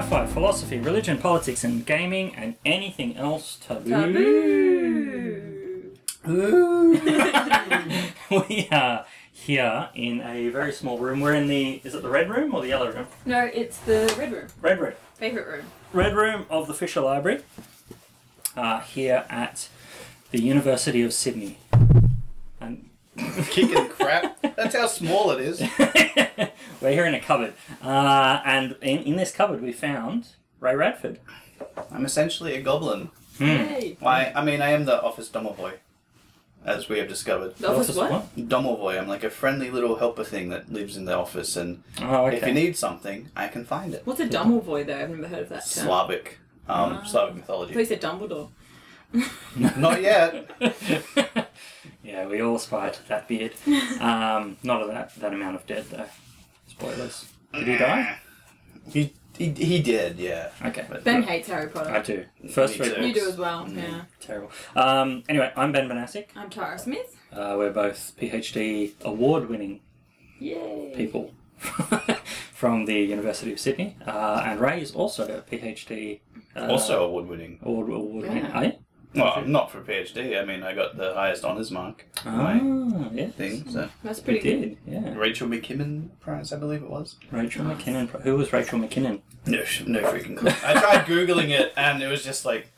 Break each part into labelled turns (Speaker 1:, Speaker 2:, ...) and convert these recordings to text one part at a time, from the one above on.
Speaker 1: philosophy, religion, politics, and gaming, and anything else taboo.
Speaker 2: Taboo.
Speaker 1: we are here in a very small room. We're in the is it the red room or the yellow room?
Speaker 2: No, it's the red room.
Speaker 1: Red room.
Speaker 2: Favorite room.
Speaker 1: Red room of the Fisher Library. Uh, here at the University of Sydney. And
Speaker 3: Kicking crap. That's how small it is.
Speaker 1: we're here in a cupboard. Uh, and in, in this cupboard we found Ray Radford. Hmm.
Speaker 3: I'm essentially a goblin.
Speaker 2: Hey.
Speaker 3: Why? I mean, I am the office domovoy, as we have discovered.
Speaker 2: The office what?
Speaker 3: Domovoy. I'm like a friendly little helper thing that lives in the office, and
Speaker 1: Oh, okay.
Speaker 3: if you need something, I can find it.
Speaker 2: What's a Dumbledore though? I've never heard of that term.
Speaker 3: Slavic, um,
Speaker 2: Ah.
Speaker 3: Slavic
Speaker 2: I
Speaker 3: mythology.
Speaker 2: thought you said Dumbledore.
Speaker 3: Not yet.
Speaker 1: yeah, we all aspire to that beard. Um, not of that that amount of dead though. Spoilers. Did he die?
Speaker 3: He, he, he did, yeah.
Speaker 1: Okay.
Speaker 3: But
Speaker 2: Ben hates Harry Potter.
Speaker 1: I do. First
Speaker 3: Me
Speaker 1: three
Speaker 3: too.
Speaker 2: you
Speaker 1: books.
Speaker 2: do as well.
Speaker 3: Hmm.
Speaker 2: Yeah.
Speaker 1: Terrible. Um, anyway, I'm Ben Banasic.
Speaker 2: I'm Tara Smith.
Speaker 1: Uh, we're both PhD award-winning
Speaker 2: Yay.
Speaker 1: people from the University of Sydney, uh, and Ray is also a PhD. Uh,
Speaker 3: also award-winning.
Speaker 1: award award-winning. eh?
Speaker 2: Yeah.
Speaker 1: Are you?
Speaker 3: Well, I'm not for PhD. I mean, I got the highest honors mark. My
Speaker 1: Ah, yes.
Speaker 3: thing. So
Speaker 2: That's
Speaker 1: You
Speaker 2: pretty good.
Speaker 1: did, yeah.
Speaker 3: Rachel McKinnon Prize, I believe it was.
Speaker 1: Rachel McKinnon. Who was Rachel McKinnon?
Speaker 3: No, sh- no freaking clue. I tried googling it, and it was just like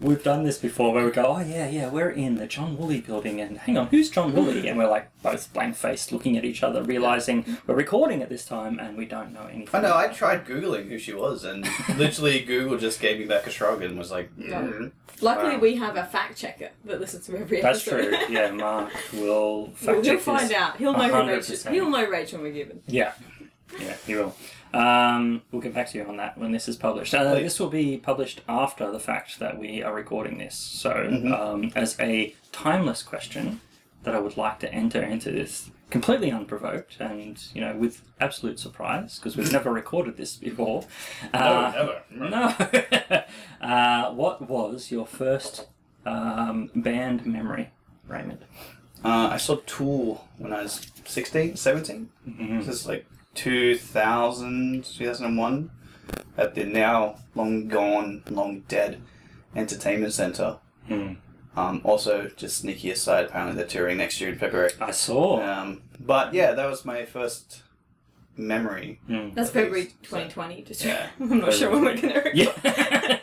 Speaker 1: We've done this before where we go, oh yeah, yeah, we're in the John Woolley building and hang on, who's John Woolley? And we're like both blank faced looking at each other, realizing we're recording at this time and we don't know anything.
Speaker 3: I know. I tried googling who she was, and literally Google just gave me back a shrug and was like, mm.
Speaker 2: Luckily,
Speaker 3: Wow.
Speaker 2: we have a fact checker that listens to every
Speaker 1: That's
Speaker 2: episode.
Speaker 1: true. Yeah, Mark will
Speaker 2: Well,
Speaker 1: fact
Speaker 2: we'll
Speaker 1: check
Speaker 2: find
Speaker 1: this.
Speaker 2: out. He'll know who Rachel.
Speaker 1: 100%.
Speaker 2: He'll know Rachel McGibbon.
Speaker 1: Yeah, yeah, he will. Um, we'll get back to you on that when this is published. Uh,
Speaker 3: Please.
Speaker 1: this will be published after the fact that we are recording this. So, um, as a timeless question that I would like to enter into this completely unprovoked and you know with absolute surprise because we've never recorded this before. Uh,
Speaker 3: "Oh, never."
Speaker 1: no. uh, what was your first um, band memory, Raymond?
Speaker 3: Uh, I saw Tool when I was 16, 17. This is like 2000, 2001, at the now long gone, long dead Entertainment Center.
Speaker 1: Hmm.
Speaker 3: Um, also, just sneaky aside, apparently they're touring next year in February.
Speaker 1: I saw.
Speaker 3: Um, but yeah, that was my first memory.
Speaker 1: Hmm.
Speaker 2: That's
Speaker 3: At least,
Speaker 2: February
Speaker 3: so-
Speaker 2: 2020. Just
Speaker 3: Yeah.
Speaker 2: I'm not sure when we're gonna. record.
Speaker 1: Yeah.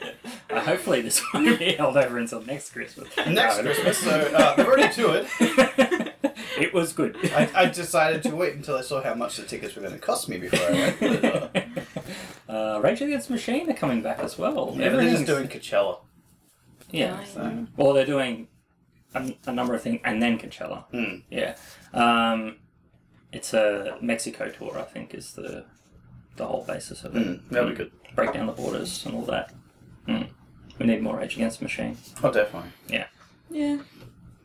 Speaker 1: Uh, hopefully this won't be held over until next Christmas.
Speaker 3: Next
Speaker 1: No, it-
Speaker 3: Christmas, so uh, we're already to it.
Speaker 1: it was good.
Speaker 3: I, I decided to wait until I saw how much the tickets were going to cost me before I went. But, uh,
Speaker 1: uh, Rage Against the Machine are coming back as well.
Speaker 3: yeah, but they're just doing Coachella.
Speaker 1: Yeah.
Speaker 2: Mm.
Speaker 3: So.
Speaker 1: Well, they're doing a, a number of things, and then Coachella.
Speaker 3: Hmm.
Speaker 1: Yeah. Um, it's a Mexico tour, I think, is the the whole basis of it.
Speaker 3: Mm, that'll be good.
Speaker 1: Break down the borders and all that. Mm. We need more Rage Against the Machine.
Speaker 3: Oh, definitely.
Speaker 2: Yeah.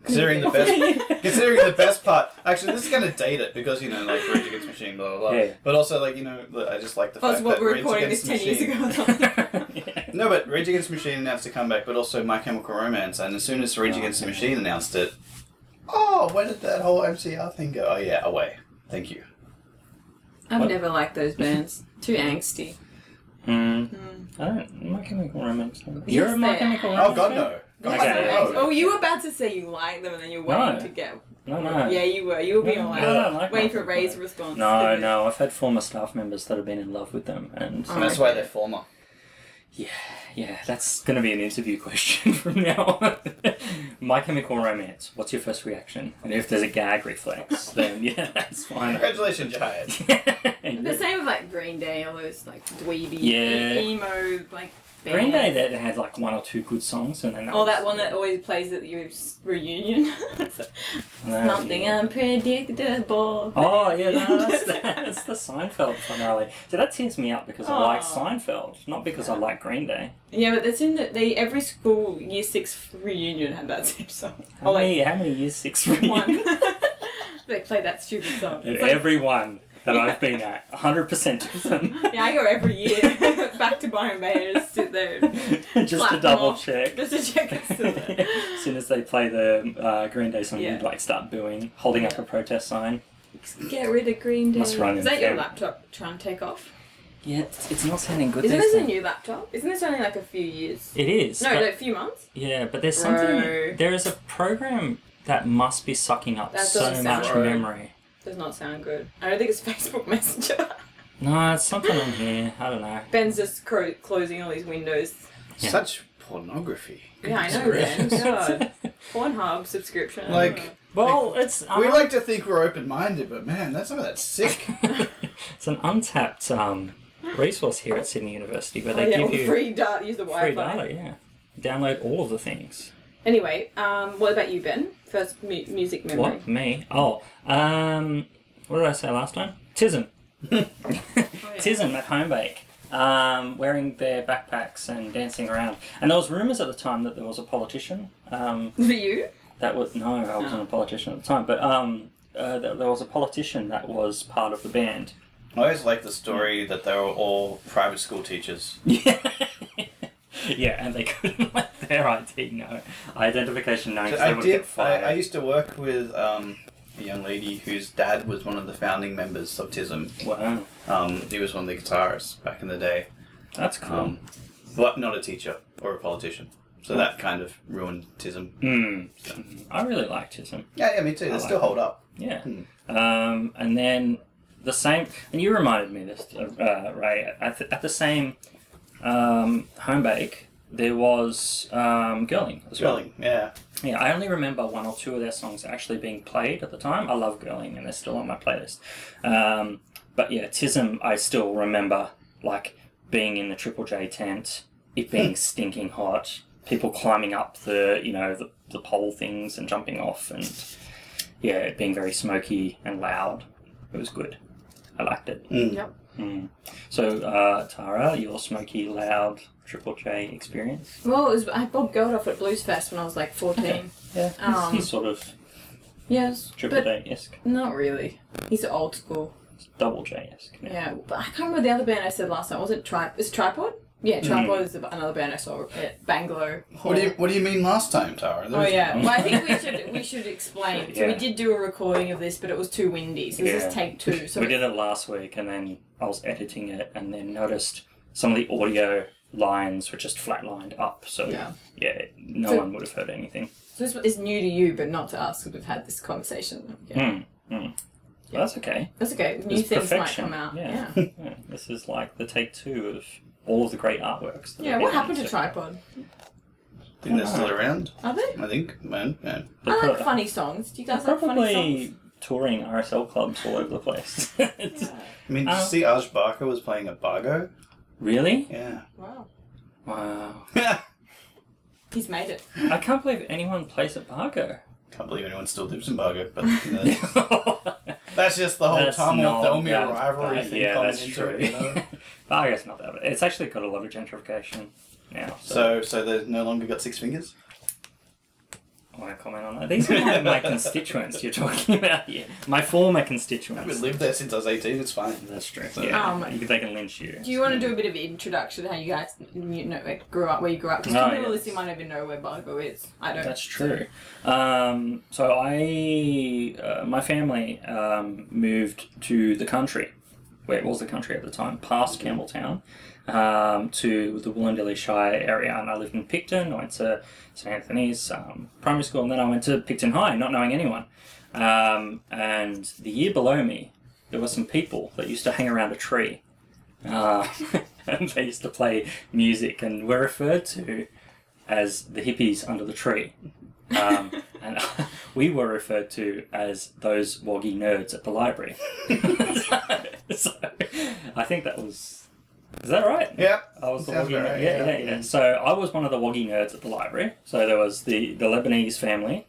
Speaker 3: Considering the best, considering the best part. Actually, this is gonna date it because you know, like Rage Against the Machine, blah blah blah.
Speaker 1: Yeah.
Speaker 3: But also, like you know, the- I just like the
Speaker 2: That was
Speaker 3: fact
Speaker 2: what
Speaker 3: that
Speaker 2: we were
Speaker 3: Rage
Speaker 2: recording this
Speaker 3: Against the
Speaker 2: 10 years
Speaker 3: Machine.
Speaker 2: ago.
Speaker 1: Yeah.
Speaker 3: No, but Rage Against the Machine announced a comeback, but also My Chemical Romance, and as soon as
Speaker 2: Oh,
Speaker 3: Rage Against the Machine announced it, oh, where did that whole MCR thing go? Oh yeah, away. Thank you.
Speaker 2: I've
Speaker 1: What?
Speaker 2: never liked those bands. Too angsty.
Speaker 1: Mm.
Speaker 2: Mm.
Speaker 1: I don't. My Chemical Romance. You're a My
Speaker 2: they
Speaker 1: Chemical
Speaker 2: are.
Speaker 1: Romance.
Speaker 3: Oh God,
Speaker 1: fan?
Speaker 3: no. God,
Speaker 1: Okay.
Speaker 3: no.
Speaker 2: Oh, you were about to say you like them, and then you were waiting
Speaker 1: No.
Speaker 2: to get.
Speaker 1: No, no.
Speaker 2: Yeah, you were. You were being
Speaker 1: No,
Speaker 2: like,
Speaker 1: I don't like
Speaker 2: waiting
Speaker 1: my
Speaker 2: for
Speaker 1: people.
Speaker 2: Ray's response.
Speaker 1: No, no. I've had former staff members that have been in love with them, and
Speaker 2: Oh.
Speaker 3: And that's why they're former.
Speaker 1: yeah, that's going to be an interview question from now on. My Chemical Romance. What's your first reaction? And if there's a gag reflex, then yeah, that's fine.
Speaker 3: Congratulations, you hired.
Speaker 2: The same with like Green Day, all those like dweeby
Speaker 1: Yeah.
Speaker 2: e- emo like.
Speaker 1: Green Day that
Speaker 2: bands.
Speaker 1: had like one or two good songs, and then that
Speaker 2: Or
Speaker 1: was-
Speaker 2: Oh, that one that always plays at your s- reunion. It's
Speaker 1: No,
Speaker 2: Something
Speaker 1: yeah.
Speaker 2: unpredictable.
Speaker 1: Oh yeah, no, that's, the, that's the Seinfeld finale. So that tears me up because I like
Speaker 2: Aw.
Speaker 1: Seinfeld, not because I like Green Day.
Speaker 2: Yeah, but that's in the, they every school year six reunion had that same song.
Speaker 1: How
Speaker 2: Oh, like
Speaker 1: many? How many years six?
Speaker 2: one. they play that stupid song. It's like-
Speaker 1: Everyone that I've been at, hundred percent of them.
Speaker 2: yeah, I go every year back to Byron Bay and just sit there and-
Speaker 1: just to
Speaker 2: Clap
Speaker 1: double
Speaker 2: more.
Speaker 1: check.
Speaker 2: just to check it's still there.
Speaker 1: as soon as they play the uh, Green Day song,
Speaker 2: Yeah.
Speaker 1: you'd like start booing, holding up a protest sign.
Speaker 2: Get rid of Green Day.
Speaker 1: Must run in
Speaker 2: Is that your
Speaker 1: fam-
Speaker 2: laptop trying to take off?
Speaker 1: Yeah, it's, it's not sounding good.
Speaker 2: Isn't
Speaker 1: these
Speaker 2: this a
Speaker 1: days.
Speaker 2: new laptop? Isn't this only like a few years?
Speaker 1: It is.
Speaker 2: No,
Speaker 1: but-
Speaker 2: like a few months.
Speaker 1: Yeah, but there's something.
Speaker 2: Bro.
Speaker 1: There is a program that must be sucking up
Speaker 2: That
Speaker 1: so
Speaker 2: doesn't
Speaker 1: much
Speaker 3: sound right.
Speaker 1: memory.
Speaker 2: Does not sound good. I don't think it's Facebook Messenger.
Speaker 1: No, it's something on here. I don't know.
Speaker 2: Ben's just cro- closing all these windows.
Speaker 1: Yeah.
Speaker 3: Such pornography.
Speaker 2: Yeah, I know,
Speaker 3: Goodness
Speaker 2: Ben.
Speaker 3: gracious.
Speaker 2: God. Pornhub subscription.
Speaker 3: Like-
Speaker 1: well, it's
Speaker 3: We
Speaker 1: un-
Speaker 3: like to think we're open minded, but man, that's not that sick.
Speaker 1: it's an untapped um, resource here at Sydney University where
Speaker 2: oh,
Speaker 1: they
Speaker 2: yeah,
Speaker 1: give
Speaker 2: well,
Speaker 1: you
Speaker 2: free data. Use the
Speaker 1: free
Speaker 2: Wi-Fi.
Speaker 1: data. Yeah, download all of the things.
Speaker 2: Anyway, um, what about you, Ben? First mu- music memory.
Speaker 1: What me? Oh, um, what did I say last time? Tism.
Speaker 2: Oh,
Speaker 1: Tism at Homebake, um, wearing their backpacks and dancing around. And there was rumours at the time that there was a politician. Um,
Speaker 2: For you?
Speaker 1: that was no, I wasn't a politician at the time, but um, uh, there, there was a politician that was part of the band.
Speaker 3: I always like the story that they were all private school teachers.
Speaker 1: Yeah. yeah, and they couldn't let their ID know, identification know, 'cause they
Speaker 3: I
Speaker 1: would
Speaker 3: did.
Speaker 1: get
Speaker 3: I,
Speaker 1: fired.
Speaker 3: I used to work with um, a young lady whose dad was one of the founding members of TISM.
Speaker 1: Wow,
Speaker 3: Um, he was one of the guitarists back in the day,
Speaker 1: that's cool.
Speaker 3: um, but not a teacher or a politician. So that kind of ruined TISM.
Speaker 1: Mm. I really like Chisholm.
Speaker 3: Yeah, yeah, me too. They
Speaker 1: like
Speaker 3: still hold up.
Speaker 1: Yeah. Um, and then the same, and you reminded me of this, uh, Ray. At the, at the same um, home bake, there was um, Girling as well.
Speaker 3: Swelling, yeah.
Speaker 1: Yeah, I only remember one or two of their songs actually being played at the time. I love Girling, and they're still on my playlist. Um, but yeah, Tism, I still remember like being in the Triple J tent, it being stinking hot, people climbing up the you know the, the pole things and jumping off, and yeah, it being very smoky and loud. It was good. I liked it.
Speaker 2: Yep.
Speaker 1: Mm. So uh, Tara, your smoky, loud Triple J experience?
Speaker 2: Well, it was, I had Bob Geldof at Blues Fest when I was like 14.
Speaker 1: Yeah,
Speaker 2: Um,
Speaker 1: he's sort of
Speaker 2: yes.
Speaker 1: Triple
Speaker 2: but
Speaker 1: J esque.
Speaker 2: not really. He's old school.
Speaker 1: double J esque.
Speaker 2: Yeah. But I can't remember the other band I said last time. Was it Tri- is it Tripod? Yeah,
Speaker 1: Mm.
Speaker 2: Tripod is another band I saw at Bangalow. Hall.
Speaker 3: What do you What do you mean last time, Tara? There
Speaker 2: Oh
Speaker 3: was-
Speaker 2: yeah. Well, I think we should we should explain. So we
Speaker 1: Yeah.
Speaker 2: did do a recording of this, but it was too windy. So this
Speaker 1: Yeah.
Speaker 2: is take two. So
Speaker 1: we did it last week, and then I was editing it, and then noticed some of the audio lines were just flatlined up. So
Speaker 2: Yeah.
Speaker 1: yeah, no
Speaker 2: So-
Speaker 1: one would have heard anything.
Speaker 2: So this is new to you, but not to us because we've had this conversation. Yeah.
Speaker 1: Mm, mm. Well, that's okay.
Speaker 2: That's okay. New
Speaker 1: It's
Speaker 2: things
Speaker 1: perfection.
Speaker 2: might come out.
Speaker 1: Yeah.
Speaker 2: Yeah.
Speaker 1: Yeah, This is like the take two of all of the great artworks. that
Speaker 2: Yeah,
Speaker 1: are
Speaker 2: what
Speaker 1: given,
Speaker 2: happened to
Speaker 1: so-
Speaker 2: Tripod?
Speaker 3: I think they're still around.
Speaker 2: Are they?
Speaker 3: I think, man, yeah.
Speaker 1: They're
Speaker 2: I like
Speaker 1: pro-
Speaker 2: funny songs. Do you guys like funny songs?
Speaker 1: Probably touring RSL clubs all over the place. It's-
Speaker 3: I mean, did you
Speaker 1: Um,
Speaker 3: see Aj Barker was playing a bargo?
Speaker 1: Really?
Speaker 3: Yeah.
Speaker 2: Wow.
Speaker 1: Wow.
Speaker 3: Can't
Speaker 2: He's made it.
Speaker 1: I can't believe anyone plays at Bargo.
Speaker 3: believe anyone still lives in bargo, but that's, that's just the whole
Speaker 1: That's
Speaker 3: Tamil
Speaker 1: not
Speaker 3: Thelmy
Speaker 1: that
Speaker 3: rivalry
Speaker 1: bad.
Speaker 3: thing
Speaker 1: Yeah,
Speaker 3: coming
Speaker 1: that's
Speaker 3: into
Speaker 1: true.
Speaker 3: it, you know?
Speaker 1: Bargo's not that bad. It's actually got a lot of gentrification now. So,
Speaker 3: So, so they no longer got six fingers?
Speaker 1: I want to comment on that. These are my, my constituents you're talking about here. My former
Speaker 3: I've been
Speaker 1: constituents.
Speaker 3: lived there since I was 18, it's fine.
Speaker 1: That's true.
Speaker 3: So-
Speaker 1: yeah,
Speaker 2: Um,
Speaker 1: you- they can lynch you.
Speaker 2: Do you want to do a bit of an introduction to how you guys you know, like, grew up, where you grew up? Because
Speaker 1: Oh,
Speaker 2: some people
Speaker 1: yeah.
Speaker 2: listening might not even know where Bargo is. I don't.
Speaker 1: That's true. Um, so I, uh, my family um, moved to the country, where it was the country at the time, past Campbelltown, um, to the Wollondilly Shire area, and I lived in Picton. I went to St Anthony's um, primary school, and then I went to Picton High, not knowing anyone. Um, and the year below me, there were some people that used to hang around a tree. Uh, and they used to play music and were referred to as the hippies under the tree. Um, and we were referred to as those woggy nerds at the library. so, I think that was. Is that right?
Speaker 3: Yeah.
Speaker 1: I was the
Speaker 3: Sounds
Speaker 1: woggy nerd.
Speaker 3: about right,
Speaker 1: yeah, yeah,
Speaker 3: yeah.
Speaker 1: yeah, So I was one of the woggy nerds at the library. So there was the, the Lebanese family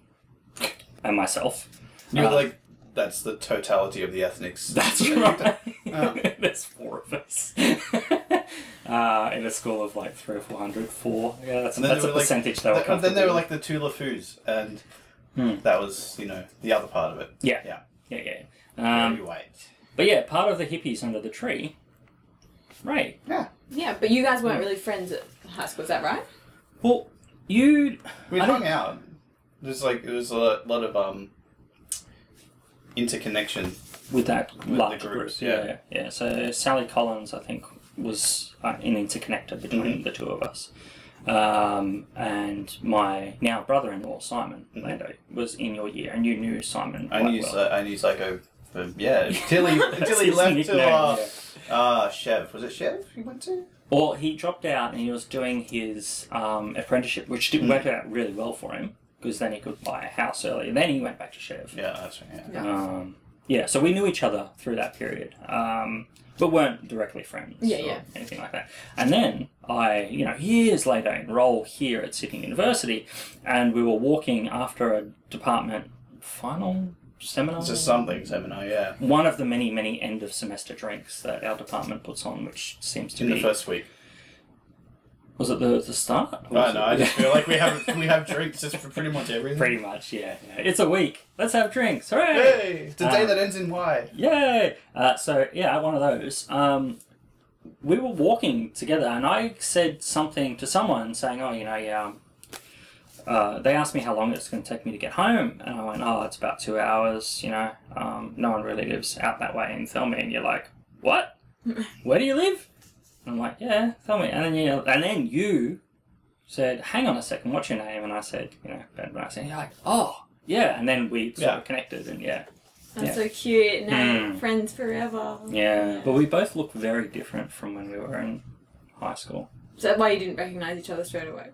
Speaker 1: and myself.
Speaker 3: You're
Speaker 1: Uh,
Speaker 3: like, that's the totality of the ethnics.
Speaker 1: That's right.
Speaker 3: Oh.
Speaker 1: There's four of us. uh, in a school of like three or four hundred, four. Yeah, that's,
Speaker 3: And then
Speaker 1: that's
Speaker 3: they
Speaker 1: a
Speaker 3: were like-
Speaker 1: percentage they were
Speaker 3: Th- then they
Speaker 1: comfortable
Speaker 3: were like the two LeFous, and
Speaker 1: Hmm.
Speaker 3: that was, you know, the other part of it.
Speaker 1: Yeah.
Speaker 3: Yeah.
Speaker 1: with. Yeah, yeah. Um,
Speaker 3: Very white.
Speaker 1: But yeah, part of the hippies under the tree. Right.
Speaker 2: Yeah, but you guys weren't really friends at high school, is that right?
Speaker 1: Well, you.
Speaker 3: We
Speaker 1: I
Speaker 3: hung out. There's like it was a lot, lot of um interconnection.
Speaker 1: With that
Speaker 3: the
Speaker 1: large
Speaker 3: groups,
Speaker 1: group. Yeah. yeah. So Sally Collins, I think, was uh, an interconnector
Speaker 3: Mm-hmm.
Speaker 1: between the two of us. Um, and my now brother-in-law Simon Lando was in your year, and you knew Simon.
Speaker 3: I
Speaker 1: quite
Speaker 3: knew
Speaker 1: well.
Speaker 3: Psy- I knew Psycho. For, yeah, until he until he
Speaker 1: his
Speaker 3: left
Speaker 1: nickname,
Speaker 3: to uh, uh, Chev. Was it Chev he went to?
Speaker 1: Or he dropped out and he was doing his um, apprenticeship, which
Speaker 3: Mm.
Speaker 1: did work out really well for him because then he could buy a house early. And then he went back to Chev.
Speaker 3: Yeah, that's right. Yeah.
Speaker 1: Um, yeah, so we knew each other through that period, um, but weren't directly friends
Speaker 2: Yeah,
Speaker 1: or
Speaker 2: yeah.
Speaker 1: anything like that. And then I, you know, years later, enroll here at Sydney University, and we were walking after a department final seminar.
Speaker 3: It's just something seminar. Yeah,
Speaker 1: one of the many, many end of semester drinks that our department puts on, which seems to
Speaker 3: in
Speaker 1: be
Speaker 3: the first week.
Speaker 1: was it the the start? Or
Speaker 3: I
Speaker 1: was
Speaker 3: know.
Speaker 1: it-
Speaker 3: I just feel like we have we have drinks just for pretty much everything.
Speaker 1: pretty much, yeah, yeah. It's a week. Let's have drinks. Hooray!
Speaker 3: Hey, it's the day
Speaker 1: Uh,
Speaker 3: that ends in Y.
Speaker 1: Yay! Uh, so yeah, at one of those, um, we were walking together, and I said something to someone saying, "Oh, you know, yeah." um, Uh, they asked me how long it's going to take me to get home, and I went, "Oh, it's about two hours." You know, um, no one really lives out that way in Thelmy, and you're like, "What? Where do you live?" And I'm like, "Yeah, Thelmy," and then you, and then you said, "Hang on a second, what's your name?" And I said, "You know, Ben Rice," and you're like, "Oh, yeah," and then we sort
Speaker 3: Yeah.
Speaker 1: of connected, and yeah.
Speaker 2: That's
Speaker 1: Yeah.
Speaker 2: so cute. Now
Speaker 1: Mm.
Speaker 2: friends forever.
Speaker 1: Yeah, but we both look very different from when we were in high school.
Speaker 2: Is that why you didn't recognise each other straight away?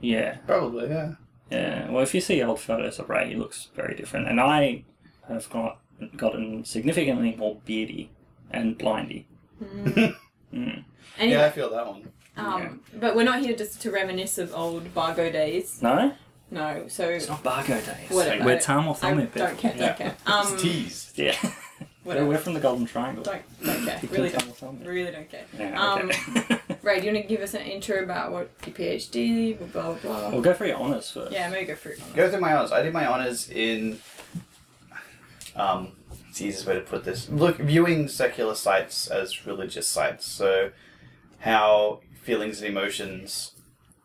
Speaker 1: Yeah,
Speaker 3: Probably, yeah.
Speaker 1: yeah. Well, if you see old photos of Ray, he looks very different, and I have got gotten significantly more beardy and blindy.
Speaker 2: Hmm.
Speaker 1: Mm.
Speaker 2: Anyway,
Speaker 3: Yeah, I feel that one.
Speaker 2: um, but we're not here just to reminisce of old Bargo days.
Speaker 1: No,
Speaker 2: No, so
Speaker 1: it's not Bargo days.
Speaker 2: Whatever.
Speaker 1: We're Tam or
Speaker 2: I
Speaker 1: Thumbie
Speaker 2: don't
Speaker 1: people.
Speaker 2: care. Don't
Speaker 3: Yeah.
Speaker 2: care.
Speaker 3: it's
Speaker 2: Um,
Speaker 3: teased.
Speaker 1: Yeah,
Speaker 2: whatever.
Speaker 1: we're from the Golden Triangle.
Speaker 2: Don't don't care.
Speaker 1: You
Speaker 2: Really,
Speaker 1: can
Speaker 2: don't, Um,
Speaker 1: Tam or Thumbie.
Speaker 2: really don't care.
Speaker 1: Yeah, okay.
Speaker 2: Ray, do you want to give us an intro about what your PhD, blah blah blah?
Speaker 1: we'll go for your honors first.
Speaker 2: Yeah, maybe go through. it.
Speaker 3: Go through my honors. I did my honors in. Um, it's the easiest way to put this. Look, viewing secular sites as religious sites. So, how feelings and emotions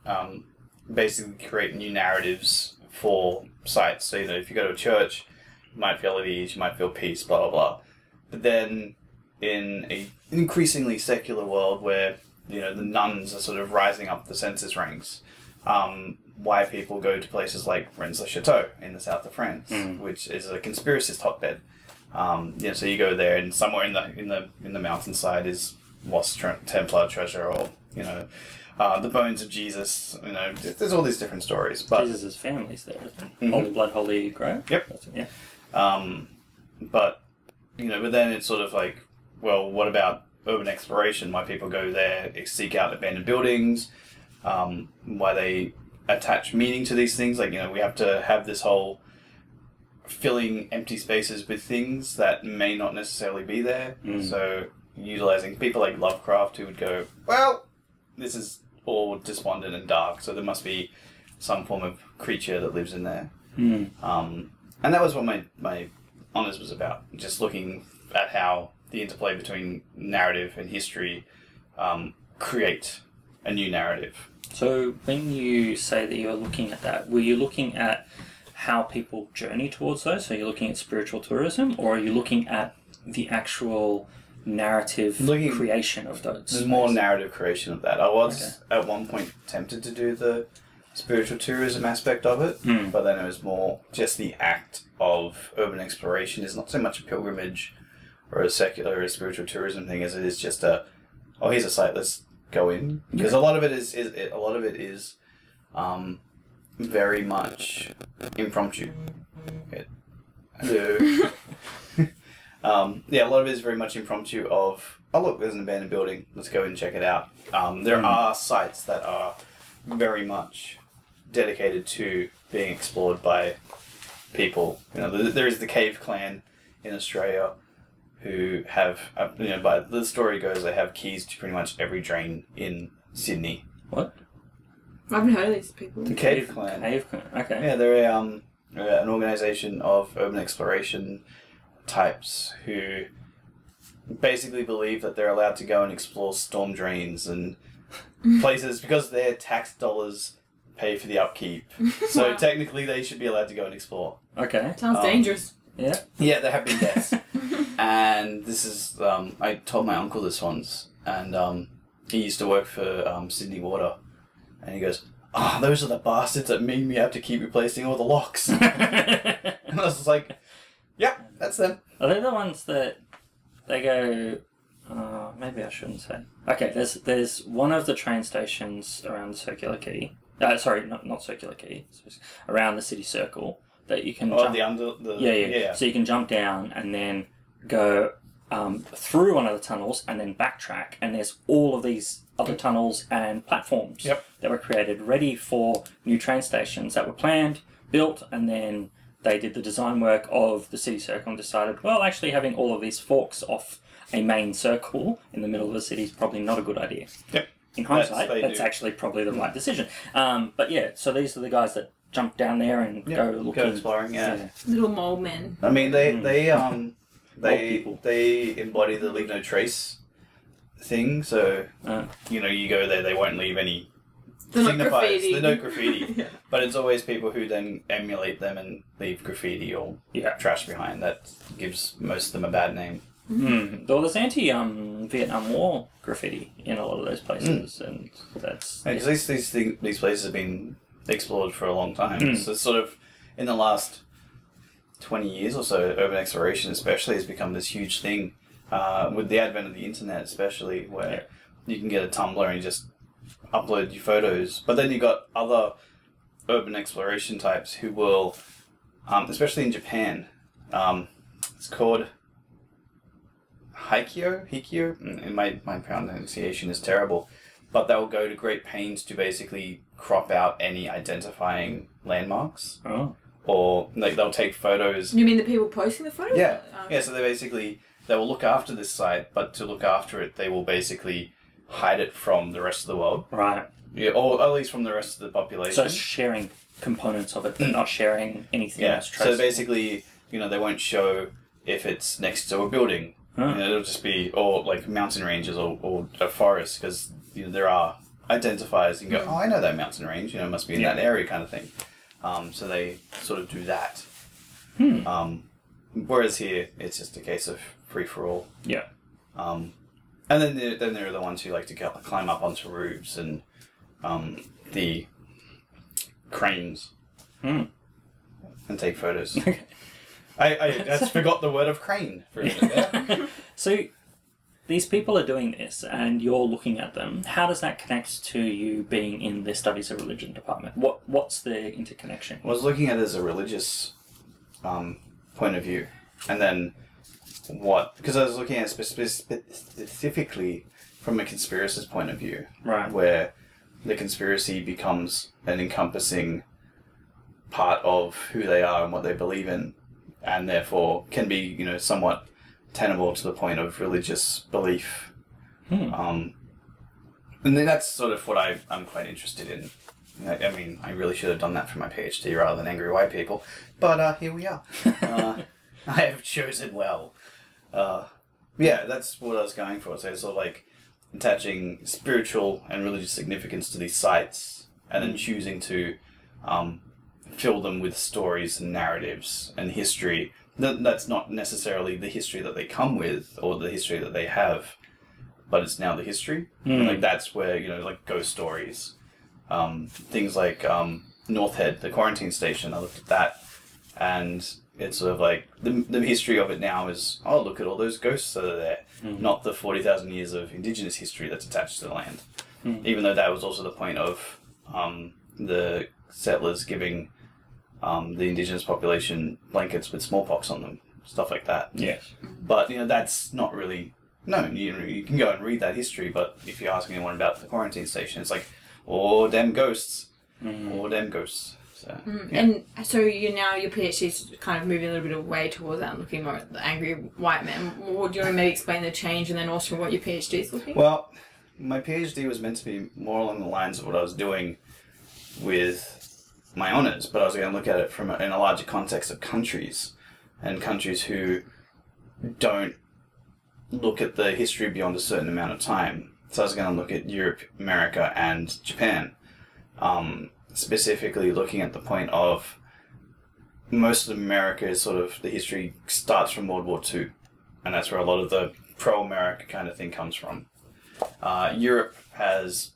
Speaker 3: um, basically create new narratives for sites. So, you know, if you go to a church, you might feel at ease, you might feel peace, blah, blah, blah. But then, in a increasingly secular world where, you know, the nuns are sort of rising up the census ranks, um, why people go to places like Rennes le Chateau in the south of France, which is a conspiracist hotbed. Um, you know, so you go there, and somewhere in the in the in the mountainside is lost tre- Templar treasure, or you know, uh, the bones of Jesus. You know, th- there's all these different stories, but
Speaker 1: Jesus' family's there. isn't it? Holy blood, holy grove.
Speaker 3: Yep.
Speaker 1: That's it, Yeah.
Speaker 3: um, but you know, but then it's sort of like, well, what about urban exploration? Why people go there, seek out abandoned buildings, um, why they attach meaning to these things. Like, you know, we have to have this whole filling empty spaces with things that may not necessarily be there.
Speaker 1: Mm.
Speaker 3: So, utilizing people like Lovecraft who would go, well, this is all despondent and dark, so there must be some form of creature that lives in there.
Speaker 1: Mm.
Speaker 3: Um, and that was what my, my honours was about, just looking at how the interplay between narrative and history um, create a new narrative.
Speaker 1: So, when you say that you're looking at that, were you looking at how people journey towards those? So, you're looking at spiritual tourism, or are you looking at the actual narrative
Speaker 3: Looking-
Speaker 1: creation of those?
Speaker 3: There's more
Speaker 1: spaces?
Speaker 3: narrative creation of that. I was at one point tempted to do the spiritual tourism aspect of it,
Speaker 1: Hmm.
Speaker 3: but then it was more just the act of urban exploration is not so much a pilgrimage or a secular or a spiritual tourism thing as it is just a oh here's a site let's go in because a lot of it is, is it, a lot of it is um, very much impromptu. It- Hello. um, yeah, a lot of it is very much impromptu. Of oh look, there's an abandoned building. Let's go and check it out. Um, there are sites that are very much dedicated to being explored by people. You know, there, there is the Cave Clan in Australia who have uh, you know. But the story goes, they have keys to pretty much every drain in Sydney.
Speaker 1: What?
Speaker 2: I haven't heard of these people.
Speaker 3: The Cave Clan.
Speaker 1: Cave Clan. Okay.
Speaker 3: Yeah, they're a, um, uh, an organization of urban exploration types who basically believe that they're allowed to go and explore storm drains and places because their tax dollars pay for the upkeep. So
Speaker 2: Wow.
Speaker 3: technically, they should be allowed to go and explore.
Speaker 1: Okay.
Speaker 2: Sounds
Speaker 3: Um,
Speaker 2: dangerous.
Speaker 1: Yeah.
Speaker 3: Yeah, there have been deaths. and this is, um, I told my uncle this once, and um, he used to work for um, Sydney Water, and he goes, "Ah, those are the bastards that made me have to keep replacing all the locks." and
Speaker 1: Are
Speaker 3: I was just like, "Yep, that's them."
Speaker 1: they the ones that they go? Uh, maybe I shouldn't say. Okay, there's there's one of the train stations around the Circular Quay. Uh, sorry, not not Circular Quay. so it's around the city circle that you can
Speaker 3: Oh,
Speaker 1: jump.
Speaker 3: the under the
Speaker 1: yeah, yeah, So you can jump down and then go um, through one of the tunnels and then backtrack. And there's all of these other tunnels and platforms
Speaker 3: Yep.
Speaker 1: that were created ready for new train stations that were planned, built, and then they did the design work of the city circle and decided, well, actually having all of these forks off a main circle in the middle of the city is probably not a good idea.
Speaker 3: Yep.
Speaker 1: In
Speaker 3: That's-
Speaker 1: hindsight,
Speaker 3: they
Speaker 1: that's,
Speaker 3: do. Mm.
Speaker 1: actually probably the right decision. Um, but yeah, so these are the guys that jump down there and
Speaker 3: Yep,
Speaker 1: go
Speaker 3: go
Speaker 1: looking.
Speaker 3: exploring, yeah.
Speaker 2: Little mole men.
Speaker 3: I mean, they
Speaker 1: Mm.
Speaker 3: they um
Speaker 1: Old
Speaker 3: they
Speaker 1: people.
Speaker 3: they embody the leave no trace thing. So
Speaker 1: Uh.
Speaker 3: you know, you go there, they won't leave any
Speaker 2: They're not
Speaker 3: signifiers.
Speaker 2: graffiti.
Speaker 3: They no graffiti.
Speaker 2: Yeah.
Speaker 3: But it's always people who then emulate them and leave graffiti or
Speaker 1: Yeah.
Speaker 3: trash behind that gives most of them a bad name.
Speaker 1: Mm. Well, there's anti um, Vietnam War graffiti in a lot of those places,
Speaker 3: Hmm.
Speaker 1: and that's.
Speaker 3: Because these these thing, these places have been explored for a long time.
Speaker 1: Mm.
Speaker 3: So it's sort of in the last twenty years or so, urban exploration especially has become this huge thing uh, with the advent of the internet, especially where you can get a Tumblr and just upload your photos. But then you got other urban exploration types who will, um, especially in Japan, um, it's called Hikyo. Hikyo. Mm, And my my pronunciation is terrible but they'll go to great pains to basically crop out any identifying landmarks
Speaker 1: Oh.
Speaker 3: or like they'll take photos
Speaker 2: You mean the people posting the photos?
Speaker 3: yeah
Speaker 2: Um,
Speaker 3: yeah so they basically they will look after this site but to look after it they will basically hide it from the rest of the world
Speaker 1: Right.
Speaker 3: yeah, or at least from the rest of the
Speaker 1: So
Speaker 3: population
Speaker 1: it's sharing components of it, but not sharing anything
Speaker 3: yeah
Speaker 1: that's
Speaker 3: so
Speaker 1: traced.
Speaker 3: basically you know they won't show if it's next to a building
Speaker 1: Huh.
Speaker 3: You know, it'll just be or like mountain ranges or, or a forest because you know there are identifiers and go oh I know that mountain range you know it must be in
Speaker 1: Yeah.
Speaker 3: that area kind of thing. Um, so they sort of do that.
Speaker 1: Hmm.
Speaker 3: Um, whereas here it's just a case of free for all.
Speaker 1: Yeah.
Speaker 3: Um, and then there, then there are the ones who like to go, climb up onto roofs and um, the cranes
Speaker 1: Hmm.
Speaker 3: and take photos. I, I just forgot the word of crane for a minute there.
Speaker 1: so these people are doing this, and you're looking at them. How does that connect to you being in the studies of religion department? What What's the interconnection?
Speaker 3: I was looking at it as a religious um, point of view, and then what? Because I was looking at it spe- spe- spe- specifically from a conspiracist point of view,
Speaker 1: Right.
Speaker 3: where the conspiracy becomes an encompassing part of who they are and what they believe in, and therefore can be you know somewhat tenable to the point of religious belief.
Speaker 1: Hmm.
Speaker 3: Um, and then that's sort of what I, I'm quite interested in. I, I mean, I really should have done that for my PhD rather than angry white people, but uh, here we are. Uh, I have chosen well. Uh, yeah, that's what I was going for. So it's sort of like attaching spiritual and religious significance to these sites, and then choosing to um, fill them with stories and narratives and history. That, that's not necessarily the history that they come with or the history that they have, but it's now the history. And, Like that's where you know, like ghost stories, um, things like um, North Head, the quarantine station. I looked at that, and it's sort of like the, the history of it now is oh look at all those ghosts that are there, not the forty thousand years of indigenous history that's attached to the land. Even though that was also the point of um, the settlers giving um, the indigenous population blankets with smallpox on them, stuff like that.
Speaker 1: Yes.
Speaker 3: But you know that's not really no. You you can go and read that history, but if you ask anyone about the quarantine station, it's like, oh damn ghosts, oh damn ghosts. So yeah.
Speaker 2: And so you now your PhD's kind of moving a little bit away towards that, and looking more at the angry white man. Would you want to maybe explain the change, and then also what your PhD's looking?
Speaker 3: well, my PhD was meant to be more along the lines of what I was doing with my honors, but I was going to look at it from a, in a larger context of countries and countries who don't look at the history beyond a certain amount of time. So I was going to look at Europe, America, and Japan, um, specifically looking at the point of most of America is sort of the history starts from World War Two, and that's where a lot of the pro-America kind of thing comes from. Uh, Europe has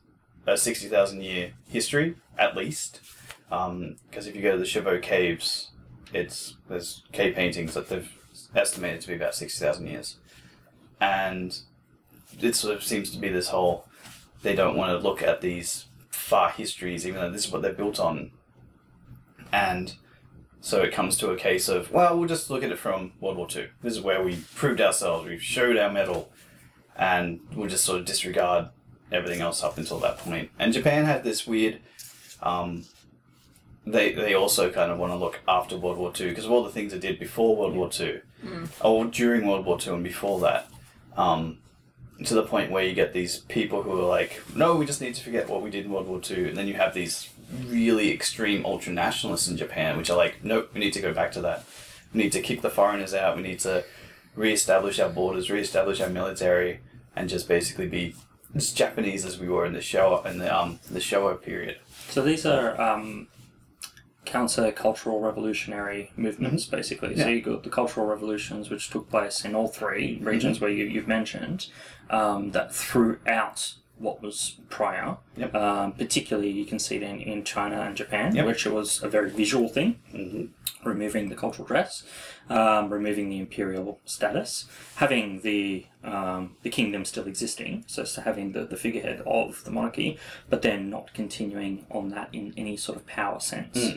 Speaker 3: a 60,000 year history, at least. Because if you go to the Chavot Caves, it's there's cave paintings that they've estimated to be about 60,000 years. And it sort of seems to be this whole they don't want to look at these far histories, even though this is what they're built on. And so it comes to a case of, well, we'll just look at it from World War II. This is where we proved ourselves, we showed our medal, and we'll just sort of disregard everything else up until that point. And Japan had this weird. Um, they, they also kind of want to look after World War II because of all the things they did before World War II, or during World War II and before that, um, to the point where you get these people who are like, no, we just need to forget what we did in World War II. And then you have these really extreme ultra nationalists in Japan, which are like, nope, we need to go back to that. We need to kick the foreigners out. We need to re establish our borders, re establish our military, and just basically be as Japanese as we were in the Showa, in the, um, the Showa period.
Speaker 1: So these are um, counter-cultural revolutionary movements, basically. So
Speaker 3: Mm-hmm. Yeah. Mm-hmm.
Speaker 1: you got the cultural revolutions, which took place in all three regions where you, you've mentioned, um, that threw out what was prior.
Speaker 3: Yep.
Speaker 1: Um, particularly, you can see it in, in China and Japan,
Speaker 3: Yep.
Speaker 1: which it was a very visual thing,
Speaker 3: Mm-hmm.
Speaker 1: removing the cultural dress, um, removing the imperial status, having the um, the kingdom still existing, so s- having the, the figurehead of the monarchy, but then not continuing on that in any sort of power sense.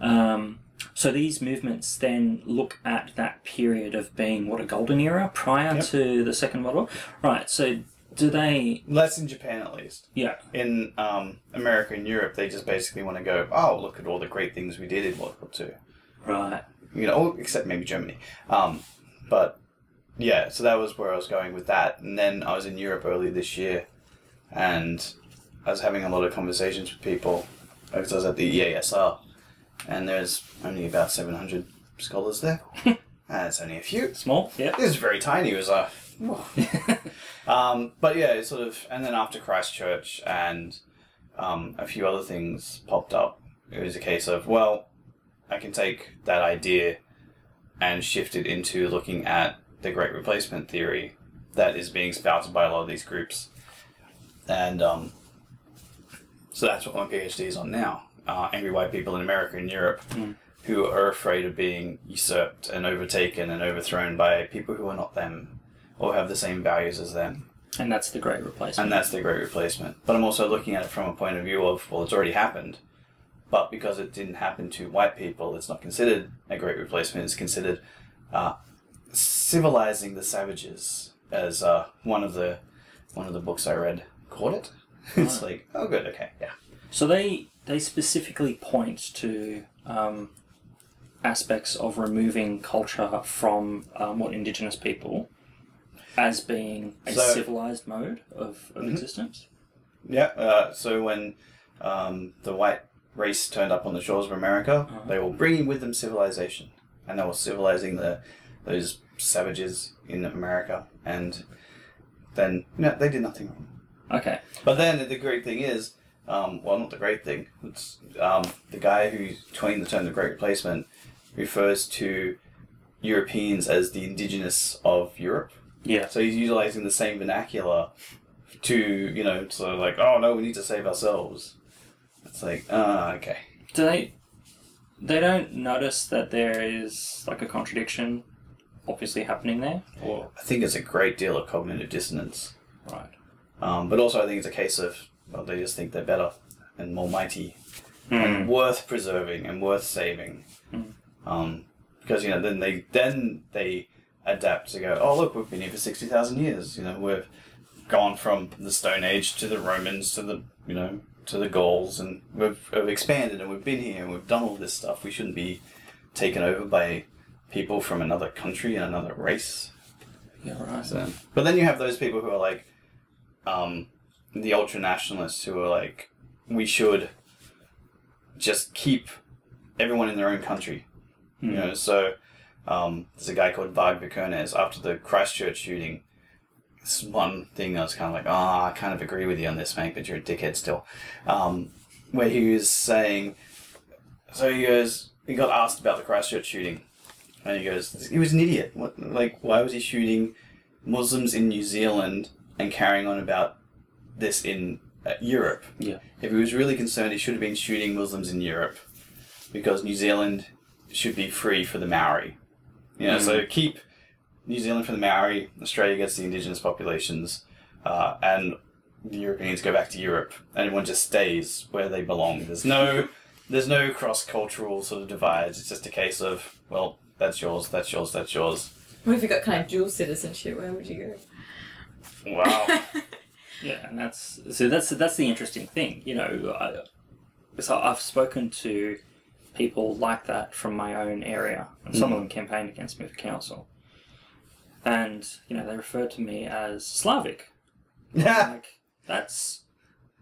Speaker 1: Um, so these movements then look at that period of being what a golden era prior
Speaker 3: Yep.
Speaker 1: to the Second World War, right? So do they?
Speaker 3: Less in Japan, at least.
Speaker 1: Yeah,
Speaker 3: In um, America and Europe, they just basically want to go, oh, look at all the great things we did in World War II.
Speaker 1: right.
Speaker 3: you know, except maybe Germany. Um, but yeah, so that was where I was going with that. And then I was in Europe earlier this year, and I was having a lot of conversations with people because I was at the E EASR, and there's only about seven hundred scholars there. and it's only a few.
Speaker 1: Small. Yeah.
Speaker 3: It was very tiny. It was a um, but yeah, it's sort of, and then after Christchurch and um, a few other things popped up, it was a case of, well, I can take that idea and shift it into looking at the great replacement theory that is being spouted by a lot of these groups. And um, so that's what my PhD is on now. Uh, angry white people in America and Europe who are afraid of being usurped and overtaken and overthrown by people who are not them or have the same values as them.
Speaker 1: and that's the great replacement.
Speaker 3: And that's the great replacement. But I'm also looking at it from a point of view of, well, it's already happened. But because it didn't happen to white people, it's not considered a great replacement. It's considered uh, civilizing the savages, as uh, one of the one of the books I read called it. it's like, oh, good, okay, yeah.
Speaker 1: So they they specifically point to um, aspects of removing culture from um, what indigenous people as being a
Speaker 3: So-
Speaker 1: civilized mode of, of existence.
Speaker 3: Yeah. Uh, so when um, the white race turned up on the shores of America, they were bringing with them civilization, and they were civilizing the those savages in America, and then no, they did nothing wrong.
Speaker 1: Okay.
Speaker 3: But then the great thing is, um, well, not the great thing. It's um, the guy who coined the term "the Great Replacement" refers to Europeans as the indigenous of Europe.
Speaker 1: Yeah.
Speaker 3: So he's utilizing the same vernacular to, you know, sort of like, oh no, we need to save ourselves. It's like, ah, okay.
Speaker 1: Do they they don't notice that there is like a contradiction obviously happening there? Or
Speaker 3: I think it's a great deal of cognitive dissonance.
Speaker 1: right.
Speaker 3: Um, but also, I think it's a case of, well, they just think they're better and more mighty
Speaker 1: Mm.
Speaker 3: and worth preserving and worth saving. Um, because you know, then they then they adapt to go. Oh, look, we've been here for sixty thousand years. You know, we've gone from the Stone Age to the Romans to the you know to the Gauls, and we've, we've expanded and we've been here and we've done all this stuff. We shouldn't be taken over by people from another country and another race.
Speaker 1: Yeah, right.
Speaker 3: So, but then you have those people who are like, um, the ultra nationalists who are like, we should just keep everyone in their own country. You know, so um, there's a guy called Varg Vikernes after the Christchurch shooting. This one thing I was kind of like, ah, I kind of agree with you on this, mate, but you're a dickhead still. Um, where he was saying, so he goes, he got asked about the Christchurch shooting, and he goes, he was an idiot. What, like, why was he shooting Muslims in New Zealand and carrying on about this in uh, Europe.
Speaker 4: Yeah.
Speaker 3: If he was really concerned, he should have been shooting Muslims in Europe because New Zealand should be free for the Maori. You know, so keep New Zealand for the Maori, Australia gets the indigenous populations, uh, and the Europeans go back to Europe. Everyone just stays where they belong. There's no, there's no cross cultural sort of divides. It's just a case of well, that's yours, that's yours, that's yours.
Speaker 2: What if you got kind of dual citizenship? Where would you
Speaker 3: Wow.
Speaker 2: go?
Speaker 1: Yeah, and that's so that's that's the interesting thing, you know. I, so I've spoken to people like that from my own area, and some of them campaigned against me for council. And you know, they referred to me as Slavic.
Speaker 3: yeah.
Speaker 1: Like that's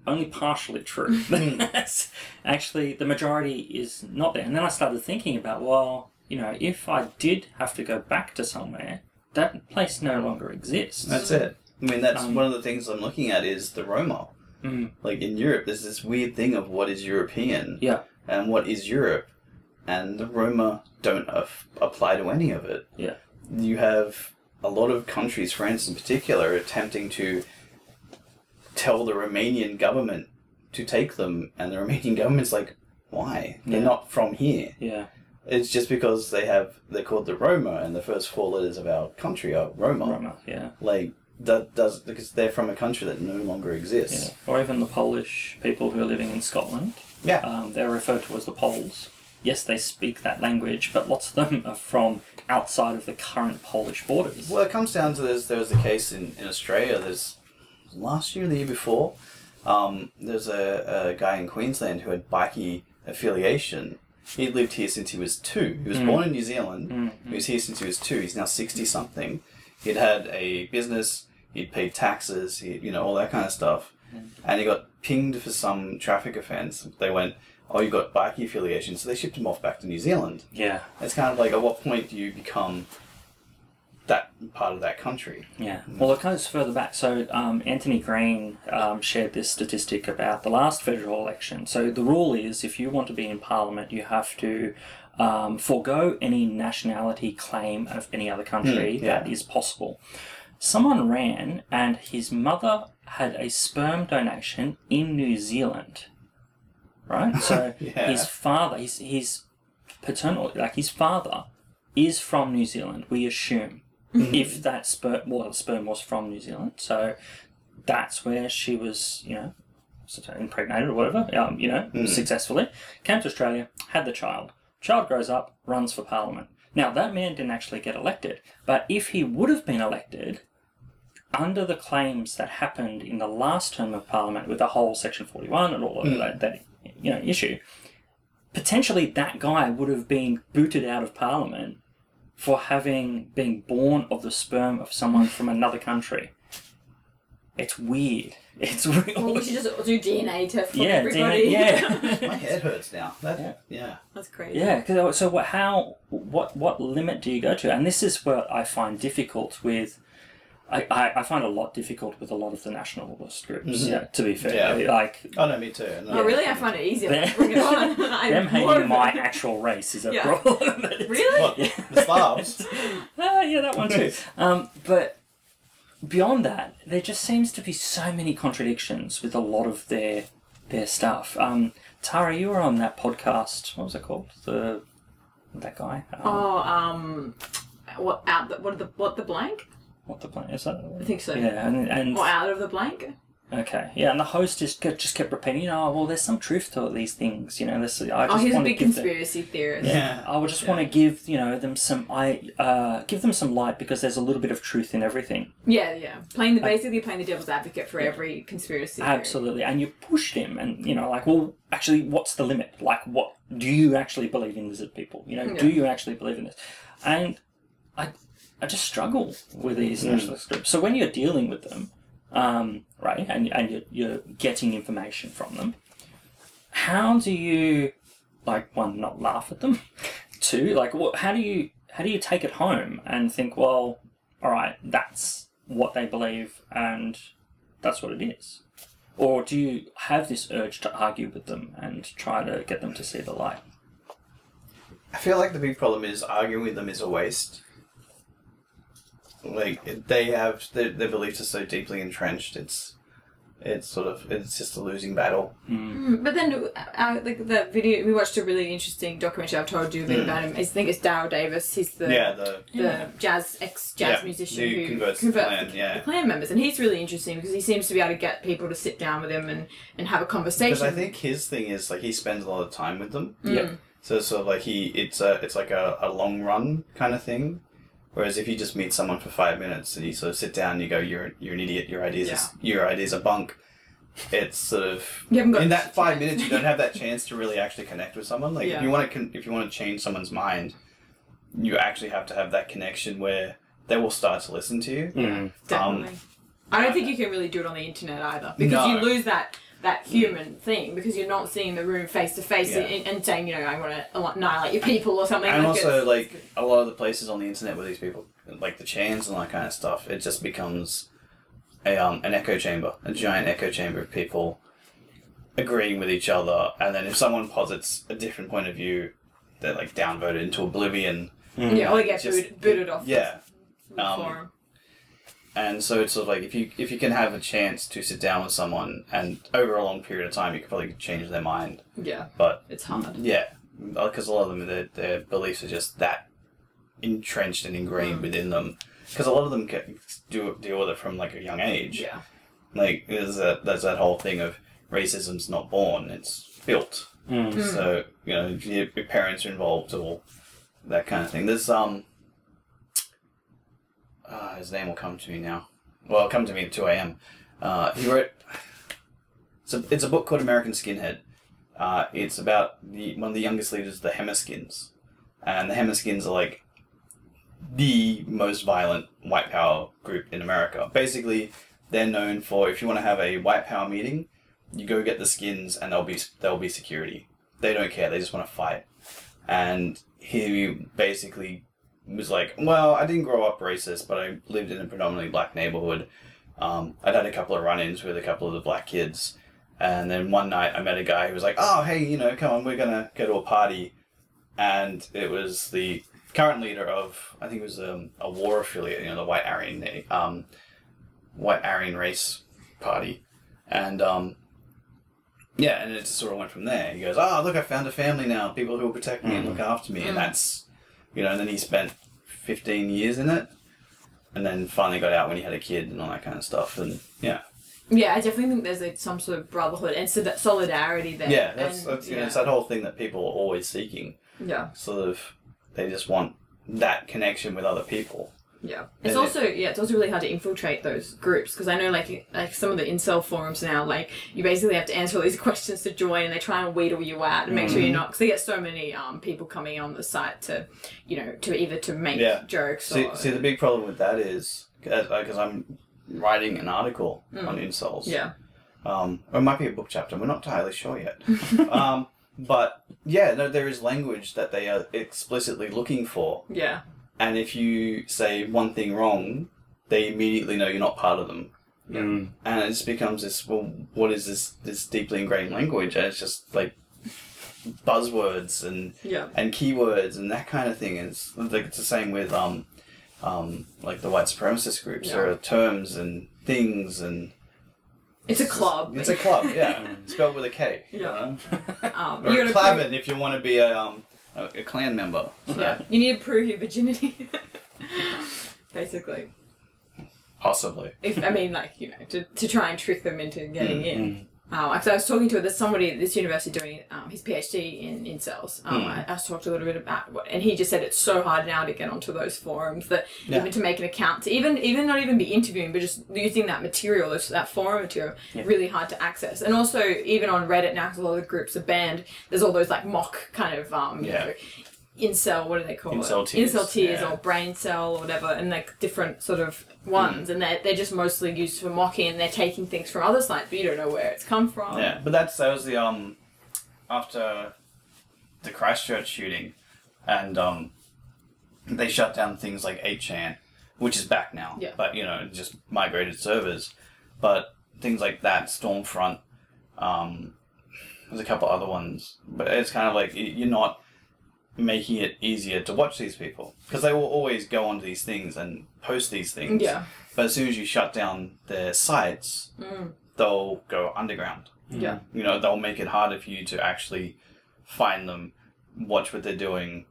Speaker 1: only partially true. that's actually the majority is not there. And then I started thinking about well, you know, if I did have to go back to somewhere, that place no longer exists.
Speaker 3: That's it. I mean, that's
Speaker 1: Um,
Speaker 3: one of the things I'm looking at is the Roma.
Speaker 1: Mm.
Speaker 3: Like in Europe, there's this weird thing of what is European
Speaker 1: yeah.
Speaker 3: and what is Europe, and the Roma don't af- apply to any of it.
Speaker 1: Yeah.
Speaker 3: You have a lot of countries, France in particular, attempting to tell the Romanian government to take them, and the Romanian government's like, why? They're
Speaker 1: Yeah.
Speaker 3: not from here.
Speaker 1: Yeah.
Speaker 3: It's just because they have they're called the Roma, and the first four letters of our country are Roma.
Speaker 1: Roma, yeah.
Speaker 3: Like that does because they're from a country that no longer
Speaker 1: Yeah.
Speaker 3: exists.
Speaker 1: Or even the Polish people who are living in Scotland.
Speaker 3: Yeah.
Speaker 1: Um, they're referred to as the Poles. Yes, they speak that language, but lots of them are from outside of the current Polish borders.
Speaker 3: Well, it comes down to this. There was a case in, in Australia. There's last year, or the year before. Um, there's a, a guy in Queensland who had bikie affiliation. He lived here since he was two. He was born in New Zealand. He was here since he was two. He's now sixty something. He'd had a business. He'd paid taxes. He, you know, all that kind of stuff. And he got pinged for some traffic offence. They went, "Oh, you got bikie affiliation," so they shipped him off back to New Zealand.
Speaker 1: Yeah,
Speaker 3: It's kind of like, at what point do you become that part of that country?
Speaker 1: yeah. Well, it goes further back. So um, Anthony Green um, shared this statistic about the last federal election. So the rule is, if you want to be in Parliament, you have to um, forego any nationality claim of any other country
Speaker 3: Mm, yeah.
Speaker 1: that is possible. Someone ran, and his mother had a sperm donation in New Zealand. Right? So
Speaker 3: Yeah.
Speaker 1: his father, his, his paternal, like his father, is from New Zealand, we assume. If that sperm, well, the sperm was from New Zealand, so that's where she was, you know, sort of impregnated or whatever, um, you know, successfully. Came to Australia, had the child. Child grows up, runs for parliament. Now, that man didn't actually get elected, but if he would have been elected, under the claims that happened in the last term of parliament with the whole Section 41 and all of that, that, you know, issue, potentially that guy would have been booted out of parliament for having been born of the sperm of someone from another country. It's weird. It's real.
Speaker 2: well, we should just do DNA to for
Speaker 1: yeah, DNA,
Speaker 2: everybody.
Speaker 1: yeah,
Speaker 3: My head hurts now. That, yeah.
Speaker 2: That's crazy.
Speaker 1: yeah. 'cause so, what? How? What? What limit do you go to? And this is what I find difficult with. I, I, I find a lot difficult with a lot of the nationalist groups. Yeah, to be fair,
Speaker 3: Yeah.
Speaker 1: like
Speaker 3: Oh, no, me too. No.
Speaker 2: Oh, really? I find it easier.
Speaker 1: Them-
Speaker 2: Bring it on. I'm
Speaker 1: them
Speaker 2: more
Speaker 1: hating
Speaker 2: of
Speaker 1: my
Speaker 2: it.
Speaker 1: actual race is a
Speaker 2: Yeah.
Speaker 1: problem. But it's-
Speaker 2: Really?
Speaker 3: What? The Slavs?
Speaker 1: Ah, yeah,
Speaker 3: Oh,
Speaker 1: that one too. um, but beyond that, there just seems to be so many contradictions with a lot of their their stuff. Um, Tara, you were on that podcast. What was it called? The that guy. Um,
Speaker 2: Oh, um, what out? The, what the what the blank?
Speaker 1: What the plan is that?
Speaker 2: I think so.
Speaker 1: Yeah, and, and
Speaker 2: Or out of the blank?
Speaker 1: okay, yeah, and the host just kept, just kept repeating, "Oh, well, there's some truth to these things, you know." This, I
Speaker 2: Oh,
Speaker 1: just
Speaker 2: he's a
Speaker 1: want to
Speaker 2: big
Speaker 1: give them-
Speaker 2: conspiracy theorist.
Speaker 3: Yeah.
Speaker 1: I would just want to give you know them some I uh, give them some light because there's a little bit of truth in everything.
Speaker 2: Yeah, yeah. Playing the basically playing the devil's advocate for every conspiracy. theory.
Speaker 1: Absolutely, and you pushed him, and you know, like, well, actually, what's the limit? Like, what do you actually believe in lizard people? You know, do you actually believe in this? And I, I just struggle with these nationalist groups. So when you're dealing with them, um, right, and and you're, you're getting information from them, how do you, like, one, not laugh at them, two, like, what, how do you, how do you take it home and think, well, all right, that's what they believe, and that's what it is? Or do you have this urge to argue with them and try to get them to see the light?
Speaker 3: I feel like the big problem is arguing with them is a waste. like it- they have their, their beliefs are so deeply entrenched. It's it's sort of it's just a losing battle.
Speaker 2: Mm, But then, uh, uh, like the video, we watched a really interesting documentary. I've told you a bit
Speaker 3: Mm.
Speaker 2: about him. I think it's Daryl Davis. He's the
Speaker 3: yeah, the
Speaker 2: the jazz ex jazz
Speaker 3: Yeah,
Speaker 2: musician
Speaker 3: who
Speaker 2: who,
Speaker 3: converts
Speaker 2: converts
Speaker 3: to the clan,
Speaker 2: the,
Speaker 3: yeah.
Speaker 2: the clan members, and he's really interesting because he seems to be able to get people to sit down with him and, and have a
Speaker 3: because
Speaker 2: conversation.
Speaker 3: I think his thing is like he spends a lot of time with them.
Speaker 1: Yep.
Speaker 3: So it's sort of like he it's a it's like a, a long run kind of thing. Whereas if you just meet someone for five minutes and you sort of sit down and you go, You're you're an idiot, your ideas is your ideas are bunk it's sort of
Speaker 2: You haven't got
Speaker 3: in that five
Speaker 2: chance.
Speaker 3: minutes you don't have that chance to really actually connect with someone. Like if
Speaker 2: Yeah.
Speaker 3: you wanna con- if you wanna change someone's mind, you actually have to have that connection where they will start to listen to you.
Speaker 1: Mm.
Speaker 2: definitely. I don't think you can really do it on the internet either because
Speaker 3: Um, No.
Speaker 2: you lose that that human thing because you're not seeing the room face to face
Speaker 3: Yeah.
Speaker 2: and and saying you know I want to annihilate your people or something.
Speaker 3: and
Speaker 2: like
Speaker 3: also
Speaker 2: it's-
Speaker 3: like a lot of the places on the internet where these people like the chains and all that kind of stuff it just becomes a um, an echo chamber a giant echo chamber of people agreeing with each other and then if someone posits a different point of view they're like downvoted into oblivion
Speaker 2: yeah, or they get
Speaker 3: just-
Speaker 2: booted, booted off.
Speaker 3: yeah
Speaker 2: the
Speaker 3: um,
Speaker 2: forum.
Speaker 3: and so it's sort of like if you if you can have a chance to sit down with someone and over a long period of time you could probably change their mind
Speaker 2: Yeah,
Speaker 3: but
Speaker 2: it's hard.
Speaker 3: Yeah, because a lot of them, their, their beliefs are just that entrenched and ingrained within them. Because a lot of them get, do deal with it from like a young age.
Speaker 2: Yeah.
Speaker 3: Like there's that there's that whole thing of racism's not born; it's built. So you know, if your, your parents are involved or that kind of thing. There's um, uh, his name will come to me now. Well, it'll come to me at two a.m. Uh, he wrote. It's a, it's a book called American Skinhead. Uh, it's about the one of the youngest leaders, the Hemiskins, and the Hemiskins are like the most violent white power group in America. Basically, they're known for if you want to have a white power meeting, you go get the skins, and they'll be they'll be security. They don't care. They just want to fight. And he basically was like, well, I didn't grow up racist, but I lived in a predominantly black neighborhood. Um, I'd had a couple of run-ins with a couple of the black kids, and then one night I met a guy who was like, oh, hey, you know, come on, we're gonna go to a party, and it was the current leader of, I think it was um, a war affiliate, you know, the White Aryan, um, White Aryan race party, and um, yeah, and it just sort of went from there. He goes, oh, look, I found a family now, people who will protect me and look
Speaker 2: Mm.
Speaker 3: after me, and that's you know, and then he spent 15 years in it, and then finally got out when he had a kid and all that kind of stuff. And yeah,
Speaker 2: Yeah, I definitely think there's like some sort of brotherhood and so that solidarity there.
Speaker 3: yeah, that's,
Speaker 2: and-
Speaker 3: that's you know,
Speaker 2: yeah.
Speaker 3: it's that whole thing that people are always seeking.
Speaker 2: yeah,
Speaker 3: Sort of, they just want that connection with other people.
Speaker 2: yeah. It's
Speaker 3: Yeah.
Speaker 2: also yeah, it's also really hard to infiltrate those groups because I know like like some of the incel forums now, like you basically have to answer all these questions to join, and they try and wheedle you out and make sure you're
Speaker 3: Mm.
Speaker 2: not because they get so many um, people coming on the site to, you know, to either to make
Speaker 3: Yeah.
Speaker 2: jokes
Speaker 3: See,
Speaker 2: or
Speaker 3: see, the big problem with that is because I'm writing an article on insults.
Speaker 2: yeah,
Speaker 3: Um, or it might be a book chapter. We're not entirely sure yet. um, but yeah, no, there is language that they are explicitly looking for.
Speaker 2: yeah,
Speaker 3: and if you say one thing wrong, they immediately know you're not part of them,
Speaker 1: Mm.
Speaker 3: and it just becomes this. Well, what is this? This deeply ingrained language, and it's just like buzzwords and
Speaker 2: yeah,
Speaker 3: and keywords and that kind of thing. And It's like it's the same with um, um, like the white supremacist groups. There are terms and things, and
Speaker 2: it's a club.
Speaker 3: it's a club. Yeah, spelled with a K. you
Speaker 2: Yeah.
Speaker 3: know?
Speaker 2: um,
Speaker 3: or
Speaker 2: you gotta
Speaker 3: a
Speaker 2: prove-
Speaker 3: clavin if you want to be a um, a, a clan member.
Speaker 2: yeah, you need to prove your virginity, basically.
Speaker 3: possibly.
Speaker 2: if I mean, like you know, to, to try and trick them into getting
Speaker 3: Mm,
Speaker 2: in. Um, because I was talking to there's somebody at this university doing um, his PhD in in cells. Um,
Speaker 3: Mm.
Speaker 2: I, I was talked a little bit about what, and he just said it's so hard now to get onto those forums that
Speaker 3: Yeah.
Speaker 2: even to make an account, to even even not even be interviewing, but just using that material, those- that forum material, really hard to access. And also even on Reddit now, 'cause a lot of the groups are banned. There's all those like mock kind of um, you
Speaker 3: Yeah.
Speaker 2: know, incel what do they call
Speaker 3: Incel
Speaker 2: it
Speaker 3: tears,
Speaker 2: incel tears
Speaker 3: yeah.
Speaker 2: or brain cell or whatever and like different sort of ones and they're, they're just mostly used for mocking and they're taking things from other sites but you don't know where it's come from
Speaker 3: Yeah, Um, but that's that was the um after the Christchurch shooting, and um they shut down things like 8chan, which is back now.
Speaker 2: Yeah.
Speaker 3: But you know, it just migrated servers, but things like that, Stormfront, um, there's a couple other ones, but it's kind of like y- you're not making it easier to watch these people because they will always go onto these things and post these things.
Speaker 2: Yeah.
Speaker 3: But as soon as you shut down their sites,
Speaker 2: Mm.
Speaker 3: they'll go underground.
Speaker 2: Yeah.
Speaker 3: You know, they'll make it harder for you to actually find them, watch what they're doing,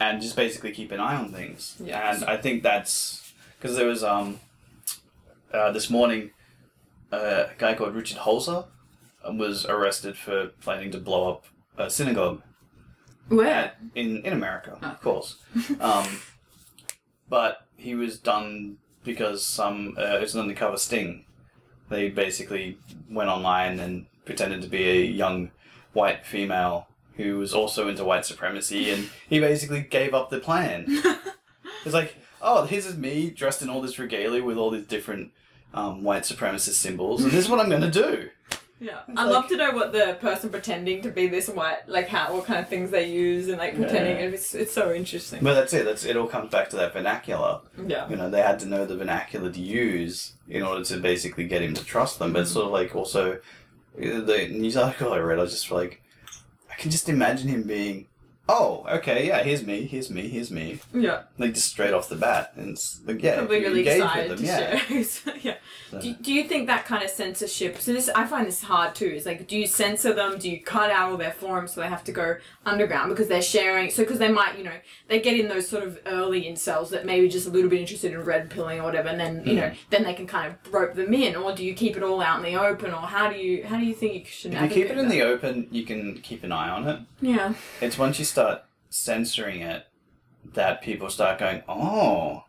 Speaker 3: and just basically keep an eye on things.
Speaker 2: Yeah.
Speaker 3: And I think that's because there was um uh, this morning uh, a guy called Richard Holzer um, was arrested for planning to blow up a synagogue
Speaker 2: Where?
Speaker 3: at- in in America,
Speaker 2: Oh.
Speaker 3: of course. Um, but he was done because some uh, it was an undercover sting. They basically went online and pretended to be a young white female who was also into white supremacy, and he basically gave up the plan. it's like, oh, this is me dressed in all this regalia with all these different um, white supremacist symbols, and this is what I'm gonna do.
Speaker 2: Yeah. I'd
Speaker 3: like-
Speaker 2: love to know what the person pretending to be this white, like how, what kind of things they use and like pretending.
Speaker 3: Yeah.
Speaker 2: It's, it's so interesting.
Speaker 3: But that's it. That's it. All comes back to that vernacular.
Speaker 2: Yeah.
Speaker 3: you know they had to know the vernacular to use in order to basically get him to trust them but it's sort of like also uh, the news article i read i was just like i can just imagine him being oh okay yeah here's me here's me here's me
Speaker 2: Yeah.
Speaker 3: like just straight off the bat and it's like yeah
Speaker 2: Probably
Speaker 3: if you
Speaker 2: really
Speaker 3: engage with
Speaker 2: excited
Speaker 3: them, yeah.
Speaker 2: to share. yeah.
Speaker 3: So-
Speaker 2: Do, do you think that kind of censorship? So this, I find this hard too. Is like, do you censor them? Do you cut out all their forums so they have to go underground because they're sharing? So because they might, you know, they get in those sort of early incels that maybe just a little bit interested in red pilling or whatever, and then you
Speaker 3: Hmm.
Speaker 2: know, then they can kind of rope them in. Or do you keep it all out in the open? Or how do you how do you think you should?
Speaker 3: if you keep it in the open you can keep an eye on it
Speaker 2: yeah
Speaker 3: it's once you start censoring it that people start going, "Oh,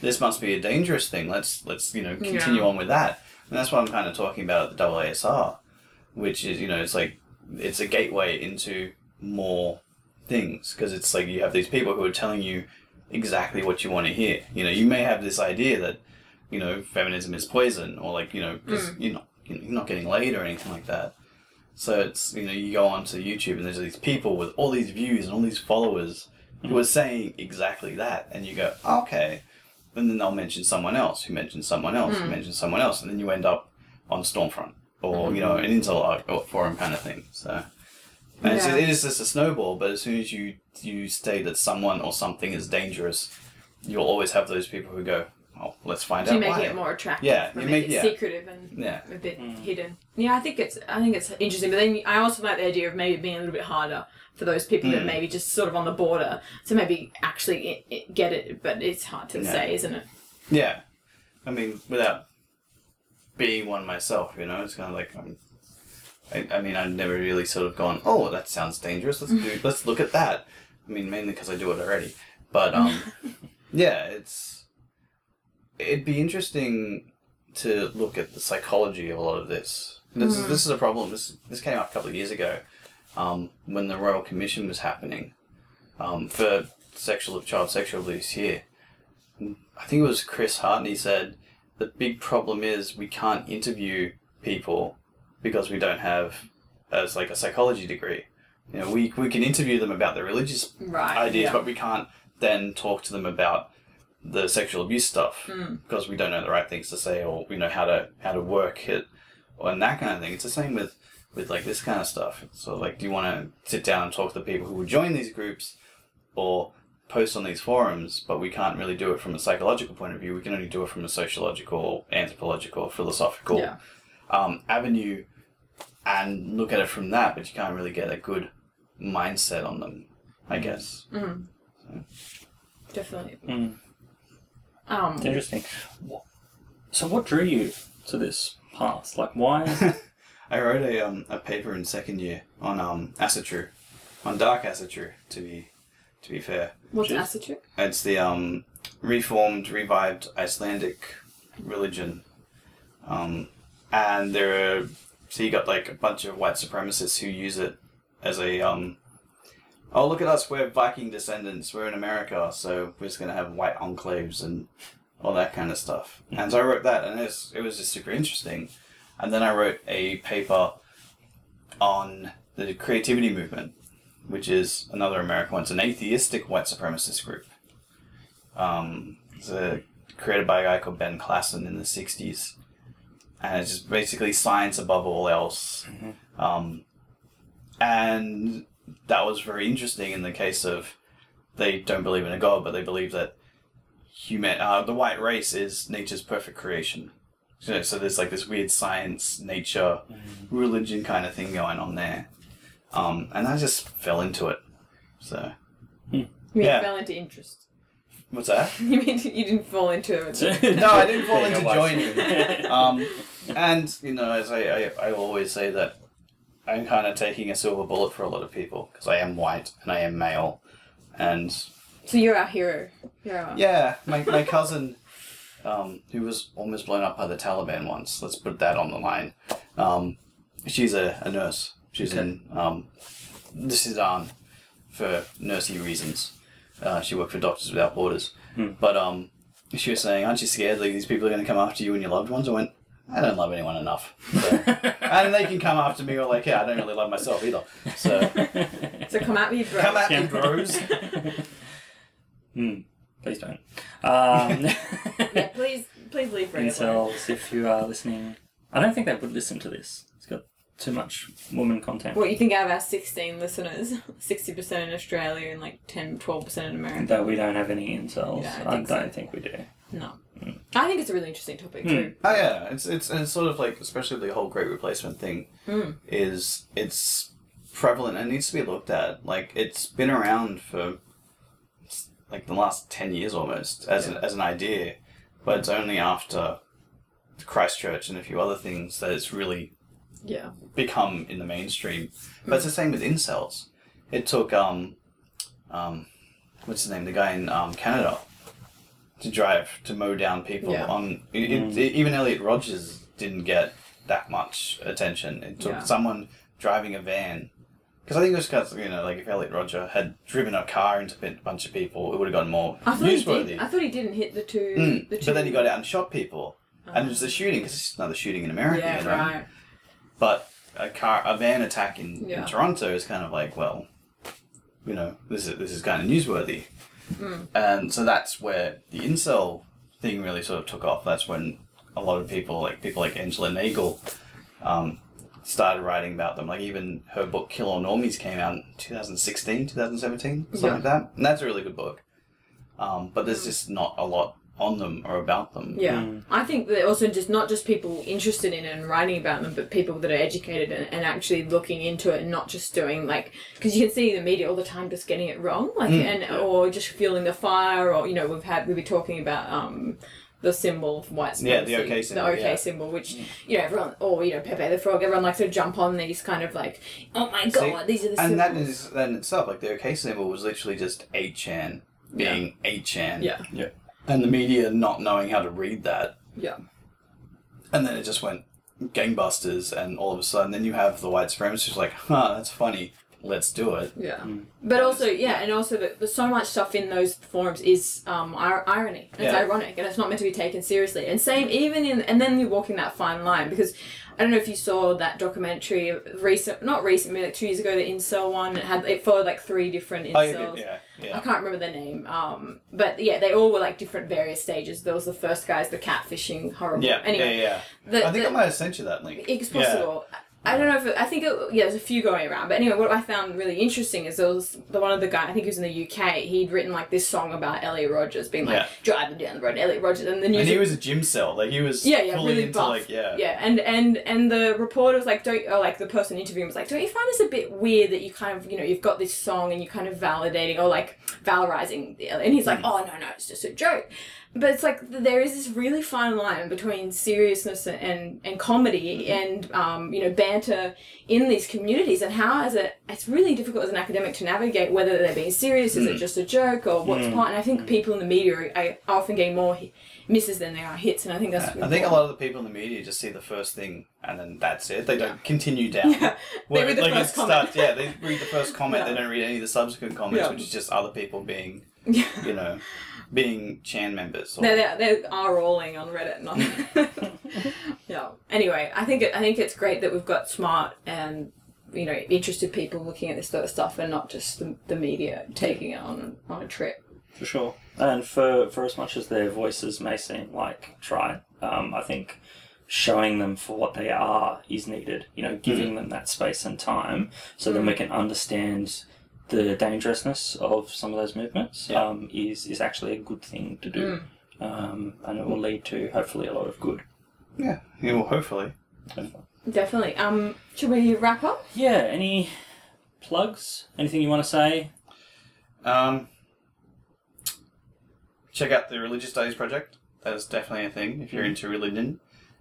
Speaker 3: this must be a dangerous thing. Let's let's you know continue
Speaker 2: Yeah.
Speaker 3: on with that." And that's what I'm kind of talking about at the AASR, which is you know it's like it's a gateway into more things because it's like you have these people who are telling you exactly what you want to hear. You know, you may have this idea that you know feminism is poison or like you know 'cause you're not you're not getting laid or anything like that. So it's you know you go onto YouTube and there's these people with all these views and all these followers who are saying exactly that, and you go okay, and then they'll mention someone else who mentions someone else
Speaker 2: Hmm.
Speaker 3: who mentions someone else, and then you end up on Stormfront or
Speaker 2: Hmm.
Speaker 3: you know an Intel arc- or forum kind of thing. So and it's,
Speaker 2: Yeah.
Speaker 3: it is just a snowball, but as soon as you you state that someone or something is dangerous, you'll always have those people who go, oh, let's find
Speaker 2: do you
Speaker 3: out
Speaker 2: make
Speaker 3: why.
Speaker 2: it more attractive?
Speaker 3: Yeah,
Speaker 2: or
Speaker 3: you
Speaker 2: make
Speaker 3: make-
Speaker 2: it
Speaker 3: yeah.
Speaker 2: secretive and
Speaker 3: yeah.
Speaker 2: a bit
Speaker 3: Hmm.
Speaker 2: hidden. Yeah, I think it's I think it's interesting, but then I also like the idea of maybe being a little bit harder for those people
Speaker 3: Hmm.
Speaker 2: that maybe just sort of on the border to maybe actually i i get it, but it's hard to
Speaker 3: Yeah.
Speaker 2: say, isn't it?
Speaker 3: Yeah, I mean, without being one myself, you know, it's kind of like I'm. I, I mean, I've never really sort of gone. Oh, that sounds dangerous. Let's do. Let's look at that. I mean, mainly because I do it already. But um, yeah, it's. It'd be interesting to look at the psychology of a lot of this. This is this is a problem. This this came up a couple of years ago, um, when the Royal Commission was happening, um, for sexual child sexual abuse here. I think it was Chris Hartney said the big problem is we can't interview people because we don't have as like a psychology degree. You know, we we can interview them about their religious
Speaker 2: Right.
Speaker 3: ideas,
Speaker 2: yeah.
Speaker 3: but we can't then talk to them about the sexual abuse stuff because we don't know the right things to say or you know how to how to work it or and that kind of thing. It's the same with with like this kind of stuff. So like, do you want to sit down and talk to the people who will join these groups or post on these forums? But we can't really do it from a psychological point of view. We can only do it from a sociological, anthropological, philosophical
Speaker 2: Yeah.
Speaker 3: um, avenue and look at it from that, but you can't really get a good mindset on them, I guess.
Speaker 2: Definitely.
Speaker 3: Hmm.
Speaker 1: Mm.
Speaker 2: Um,
Speaker 1: It's interesting. Wh- So, what drew you to this path? Like, why?
Speaker 3: I wrote a, um, a paper in second year on um, Asatru, on dark Asatru, to be to be fair.
Speaker 2: what's
Speaker 1: Jeez.
Speaker 2: acid
Speaker 3: It's the um, reformed, revived Icelandic religion. Um, and there are, so you got like a bunch of white supremacists who use it as a, um, oh, look at us, we're Viking descendants, we're in America, so we're just going to have white enclaves and all that kind of stuff. And so I wrote that, and it was, it was just super interesting. And then I wrote a paper on the creativity movement which is another American one. It's an atheistic white supremacist group. Um, it's uh created by a guy called Ben Klassen in the 60s. And it's just basically science above all else. Um, and that was very interesting in the case of they don't believe in a god, but they believe that human uh, the white race is nature's perfect creation. So, so there's like this weird science, nature, religion kind of thing going on there, um, and I just fell into it. So
Speaker 2: You mean
Speaker 3: Yeah.
Speaker 2: fell into interest.
Speaker 3: what's that?
Speaker 2: You mean you didn't fall into it?
Speaker 3: No, I didn't fall
Speaker 1: Being a
Speaker 3: into
Speaker 1: wife.
Speaker 3: joining. Um, and you know, as I, I, I always say that I'm kind of taking a silver bullet for a lot of people because I am white and I am male, and
Speaker 2: So you're our hero. You're our
Speaker 3: yeah, my my cousin, um, who was almost blown up by the Taliban once. Let's put that on the line. Um, she's a, a nurse. She's in um, the Sudan for nursing reasons. Uh, she worked for Doctors Without Borders. But um, she was saying, "Aren't you scared? Like these people are going to come after you and your loved ones?" I went, "I don't love anyone enough." So- and they can come after me or like, "Yeah, I don't really love myself either." So
Speaker 2: So come at me, bro.
Speaker 3: come at me, bros.
Speaker 1: Hmm. Please don't. Um,
Speaker 2: yeah, please, please leave Ray alone.
Speaker 1: incels, if you are listening, I don't think they would listen to this. It's got too much woman content.
Speaker 2: What you think out of our 16 listeners, 60% in Australia and like 10, 12% in America?
Speaker 1: Though we don't have any incels.
Speaker 2: Yeah, I
Speaker 1: I,
Speaker 2: think so.
Speaker 1: don't think we do.
Speaker 2: No. I think it's a really interesting topic too.
Speaker 3: Oh yeah, it's it's and it's sort of like especially the whole great replacement thing is it's prevalent and needs to be looked at. Like it's been around for s- like the last ten years almost as an, as an idea, but it's only after Christchurch and a few other things that it's really
Speaker 2: Yeah.
Speaker 3: become in the mainstream. But it's the same with incels. It took um, um, what's his name? The guy in um, Canada to drive to mow down people
Speaker 2: Yeah.
Speaker 3: on. It, it, even Elliot Rogers didn't get that much attention. It took
Speaker 2: Yeah.
Speaker 3: someone driving a van. Because I think it was because, you know, like if Elliot Roger had driven a car into a bunch of people, it would have gotten more
Speaker 2: I thought, he
Speaker 3: newsworthy.
Speaker 2: did, I thought he didn't hit the two.
Speaker 3: Mm,
Speaker 2: the two.
Speaker 3: But then he got out and shot people. And it was a shooting, because it's another shooting in America.
Speaker 2: Yeah,
Speaker 3: you know?
Speaker 2: right.
Speaker 3: But a car, a van attack in,
Speaker 2: Yeah.
Speaker 3: in Toronto is kind of like, well, you know, this is this is kind of newsworthy, and so that's where the incel thing really sort of took off. That's when a lot of people, like people like Angela Nagel, um, started writing about them. Like even her book Kill All Normies came out in 2016, 2017, something like that, and that's a really good book. Um, but there's just not a lot on them or about them.
Speaker 2: Yeah. I think that also just not just people interested in it and writing about them, but people that are educated and, and actually looking into it and not just doing like because you can see the media all the time just getting it wrong, like
Speaker 3: Hmm.
Speaker 2: and or just fueling the fire, or you know we've had we were talking about. um the symbol of white
Speaker 3: Yeah, the
Speaker 2: supremacy,
Speaker 3: OK symbol,
Speaker 2: the OK
Speaker 3: yeah. Hmm.
Speaker 2: symbol, which you know everyone, or you know Pepe the Frog, everyone likes to jump on these kind of like, oh my
Speaker 3: See,
Speaker 2: god, these are the symbols.
Speaker 3: and that is that in itself like the OK symbol was literally just 8chan being 8chan.
Speaker 2: yeah,
Speaker 3: And the media not knowing how to read that,
Speaker 2: yeah,
Speaker 3: and then it just went gangbusters, and all of a sudden, then you have the white supremacists like, huh, that's funny. Let's do it.
Speaker 2: Yeah. But also, yeah, and also that that so much stuff in those forums is um, ir- irony. And It's
Speaker 3: Yeah.
Speaker 2: ironic, and it's not meant to be taken seriously. And same, even in, and then you're walking that fine line because I don't know if you saw that documentary recent, not recent, maybe like two years ago, the incel one. It had it followed like three different
Speaker 3: Oh,
Speaker 2: incels.
Speaker 3: yeah,
Speaker 2: I
Speaker 3: yeah, yeah.
Speaker 2: can't remember their name, um, but yeah, they all were like different various stages. There was the first guy's the catfishing horrible.
Speaker 3: Yeah,
Speaker 2: anyway,
Speaker 3: yeah, yeah.
Speaker 2: The,
Speaker 3: I think
Speaker 2: the-
Speaker 3: I might have sent you that link.
Speaker 2: it's
Speaker 3: Yeah.
Speaker 2: possible. I don't know if it, I think it, yeah, there's a few going around. But anyway, what I found really interesting is there was the one of the guy I think he was in the UK. He'd written like this song about Elliot Rogers being like
Speaker 3: Yeah.
Speaker 2: driving down the road, Elliot Rogers, and the news.
Speaker 3: And he was a gym cell. Like, he was
Speaker 2: yeah, yeah,
Speaker 3: fully
Speaker 2: really
Speaker 3: into,
Speaker 2: buff.
Speaker 3: like, yeah.
Speaker 2: and and and the reporter was like, don't, or like the person interviewing was like, don't you find this a bit weird that you kind of, you know, you've got this song and you're kind of validating or like valorizing, the Elliot? and
Speaker 3: Mm.
Speaker 2: he's like, oh no, no, it's just a joke. But it's like th- there is this really fine line between seriousness and and
Speaker 3: Mm-hmm.
Speaker 2: comedy and um, you know banter in these communities and how as a it's really difficult as an academic to navigate whether they're being serious
Speaker 3: Mm.
Speaker 2: is it just a joke or what's part and I think people in the media are, are often getting more hi- misses than they are hits and I think that's
Speaker 3: I think a lot of the people in the media just see the first thing and then that's it. They don't continue down. Where-
Speaker 2: read the
Speaker 3: like, it
Speaker 2: first comment.
Speaker 3: starts- yeah, they read the first comment. They
Speaker 2: Yeah.
Speaker 3: don't read any of the subsequent comments,
Speaker 2: Yeah.
Speaker 3: which is just other people being,
Speaker 2: Yeah.
Speaker 3: you know, being Chan members. Or,
Speaker 2: They they they are rolling on Reddit, not. yeah. Anyway, I think it, I think it's great that we've got smart and you know interested people looking at this sort of stuff and not just the, the media taking it on on a trip.
Speaker 1: For sure. And for, for as much as their voices may seem like trite, um, I think showing them for what they are is needed. You know, giving them that space and time so then we can understand the dangerousness of some of those movements
Speaker 3: Yeah.
Speaker 1: um, is is actually a good thing to do, um, and it will lead to hopefully a lot of good.
Speaker 3: Yeah. yeah well, hopefully.
Speaker 2: Definitely. Um, should we wrap up?
Speaker 1: Yeah. Any plugs? Anything you want to say?
Speaker 3: Um, check out the Religious Studies Project. That is definitely a thing if
Speaker 2: Mm-hmm.
Speaker 3: you're into religion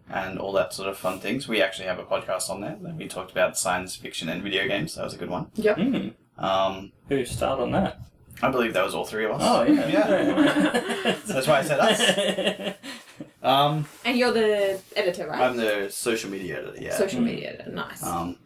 Speaker 3: and all that sort of fun things. We actually have a podcast on there. that We talked about science fiction and video games. That was a good one.
Speaker 2: Yep.
Speaker 1: Hmm.
Speaker 3: Um,
Speaker 1: Who started on that?
Speaker 3: I believe that was all three of us.
Speaker 1: Oh yeah.
Speaker 3: Yeah. That's why I said
Speaker 1: us.
Speaker 2: Oh.
Speaker 3: Um,
Speaker 2: And you're the editor, right?
Speaker 3: I'm the social media editor. Yeah.
Speaker 2: Social media editor. Nice.
Speaker 3: um,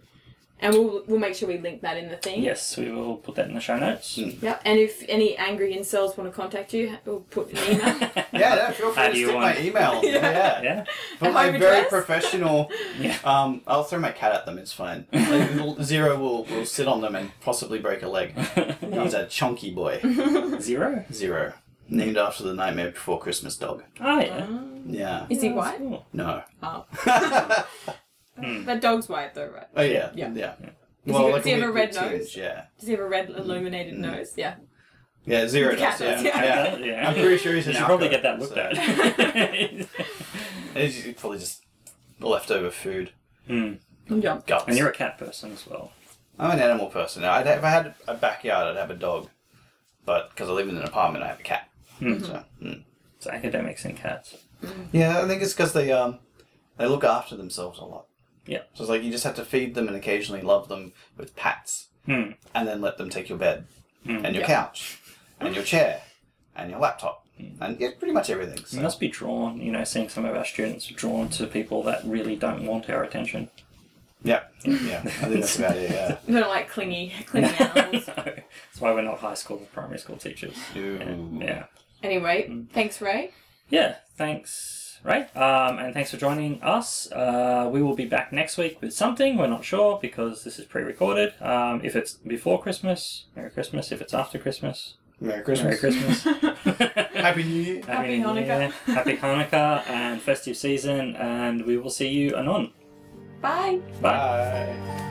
Speaker 2: and we'll we'll make sure we link that in the thing.
Speaker 1: yes, we will put that in the show notes.
Speaker 3: Hmm.
Speaker 2: Yep. And if any angry incels want to contact you, we'll put an email.
Speaker 3: yeah, yeah, feel free
Speaker 1: How
Speaker 3: to
Speaker 1: do you
Speaker 3: stick
Speaker 1: want
Speaker 3: my
Speaker 1: it?
Speaker 3: email.
Speaker 2: Yeah.
Speaker 3: yeah. yeah.
Speaker 1: Yeah.
Speaker 3: But
Speaker 2: At
Speaker 3: my
Speaker 2: home
Speaker 3: very
Speaker 2: address?
Speaker 3: professional.
Speaker 1: Yeah.
Speaker 3: Um, I'll throw my cat at them. It's fine. Like, Zero will will sit on them and possibly break a leg. He's a chunky boy.
Speaker 1: Zero.
Speaker 3: Zero, named after the Nightmare Before Christmas dog.
Speaker 1: Oh yeah.
Speaker 3: Yeah.
Speaker 2: Is he white?
Speaker 1: Cool.
Speaker 3: No.
Speaker 2: Oh.
Speaker 3: oh
Speaker 2: That dog's white though, right?
Speaker 3: yeah.
Speaker 2: Yeah.
Speaker 3: Yeah.
Speaker 2: Does he- does he have a
Speaker 3: wee-
Speaker 2: red
Speaker 3: wee tinge,
Speaker 2: nose?
Speaker 3: Yeah.
Speaker 2: Does he have a red illuminated
Speaker 3: Mm.
Speaker 2: nose? Yeah.
Speaker 3: Yeah. Zero
Speaker 2: The cat
Speaker 3: does. Yeah.
Speaker 2: does, yeah.
Speaker 3: yeah.
Speaker 1: Yeah.
Speaker 3: I'm pretty sure he's
Speaker 1: You
Speaker 3: an
Speaker 1: should probably
Speaker 3: alcoholic,
Speaker 1: get that looked
Speaker 3: so-
Speaker 1: at.
Speaker 3: It's just- probably just leftover food.
Speaker 2: Yeah.
Speaker 3: Guts.
Speaker 1: and you're a cat person as well.
Speaker 3: I'm an animal person. I'd, if I had a backyard, I'd have a dog. But because I live in an apartment, I have a cat.
Speaker 1: Hmm.
Speaker 3: So, mm.
Speaker 1: So academics and cats.
Speaker 3: Yeah, I think it's because they um they look after themselves a lot.
Speaker 1: Yeah.
Speaker 3: So it's like you just have to feed them and occasionally love them with pats,
Speaker 1: Hmm.
Speaker 3: and then let them take your bed and your
Speaker 2: Yeah.
Speaker 3: couch and your chair and your laptop
Speaker 1: Hmm.
Speaker 3: and yeah, pretty much everything.
Speaker 1: We
Speaker 3: So.
Speaker 1: must be drawn, you know, seeing some of our students are drawn to people that really don't want our attention.
Speaker 3: yeah, yeah. I think that's about it. Yeah.
Speaker 2: I don't like clingy, clingy animals.
Speaker 1: So, that's why we're not high school or primary school teachers.
Speaker 3: Ooh.
Speaker 1: Yeah.
Speaker 2: Anyway, thanks, Ray.
Speaker 1: Yeah, thanks, right? Um, and thanks for joining us. Uh, we will be back next week with something. We're not sure because this is pre recorded. Um, if it's before Christmas, Merry Christmas. If it's after Christmas,
Speaker 3: Merry
Speaker 1: Merry
Speaker 3: Christmas.
Speaker 1: Christmas.
Speaker 3: Happy New Year.
Speaker 2: Happy
Speaker 1: New
Speaker 2: Hanukkah.
Speaker 1: Year, Happy Hanukkah and festive season, and we will see you anon.
Speaker 2: Bye.
Speaker 1: Bye.
Speaker 3: Bye.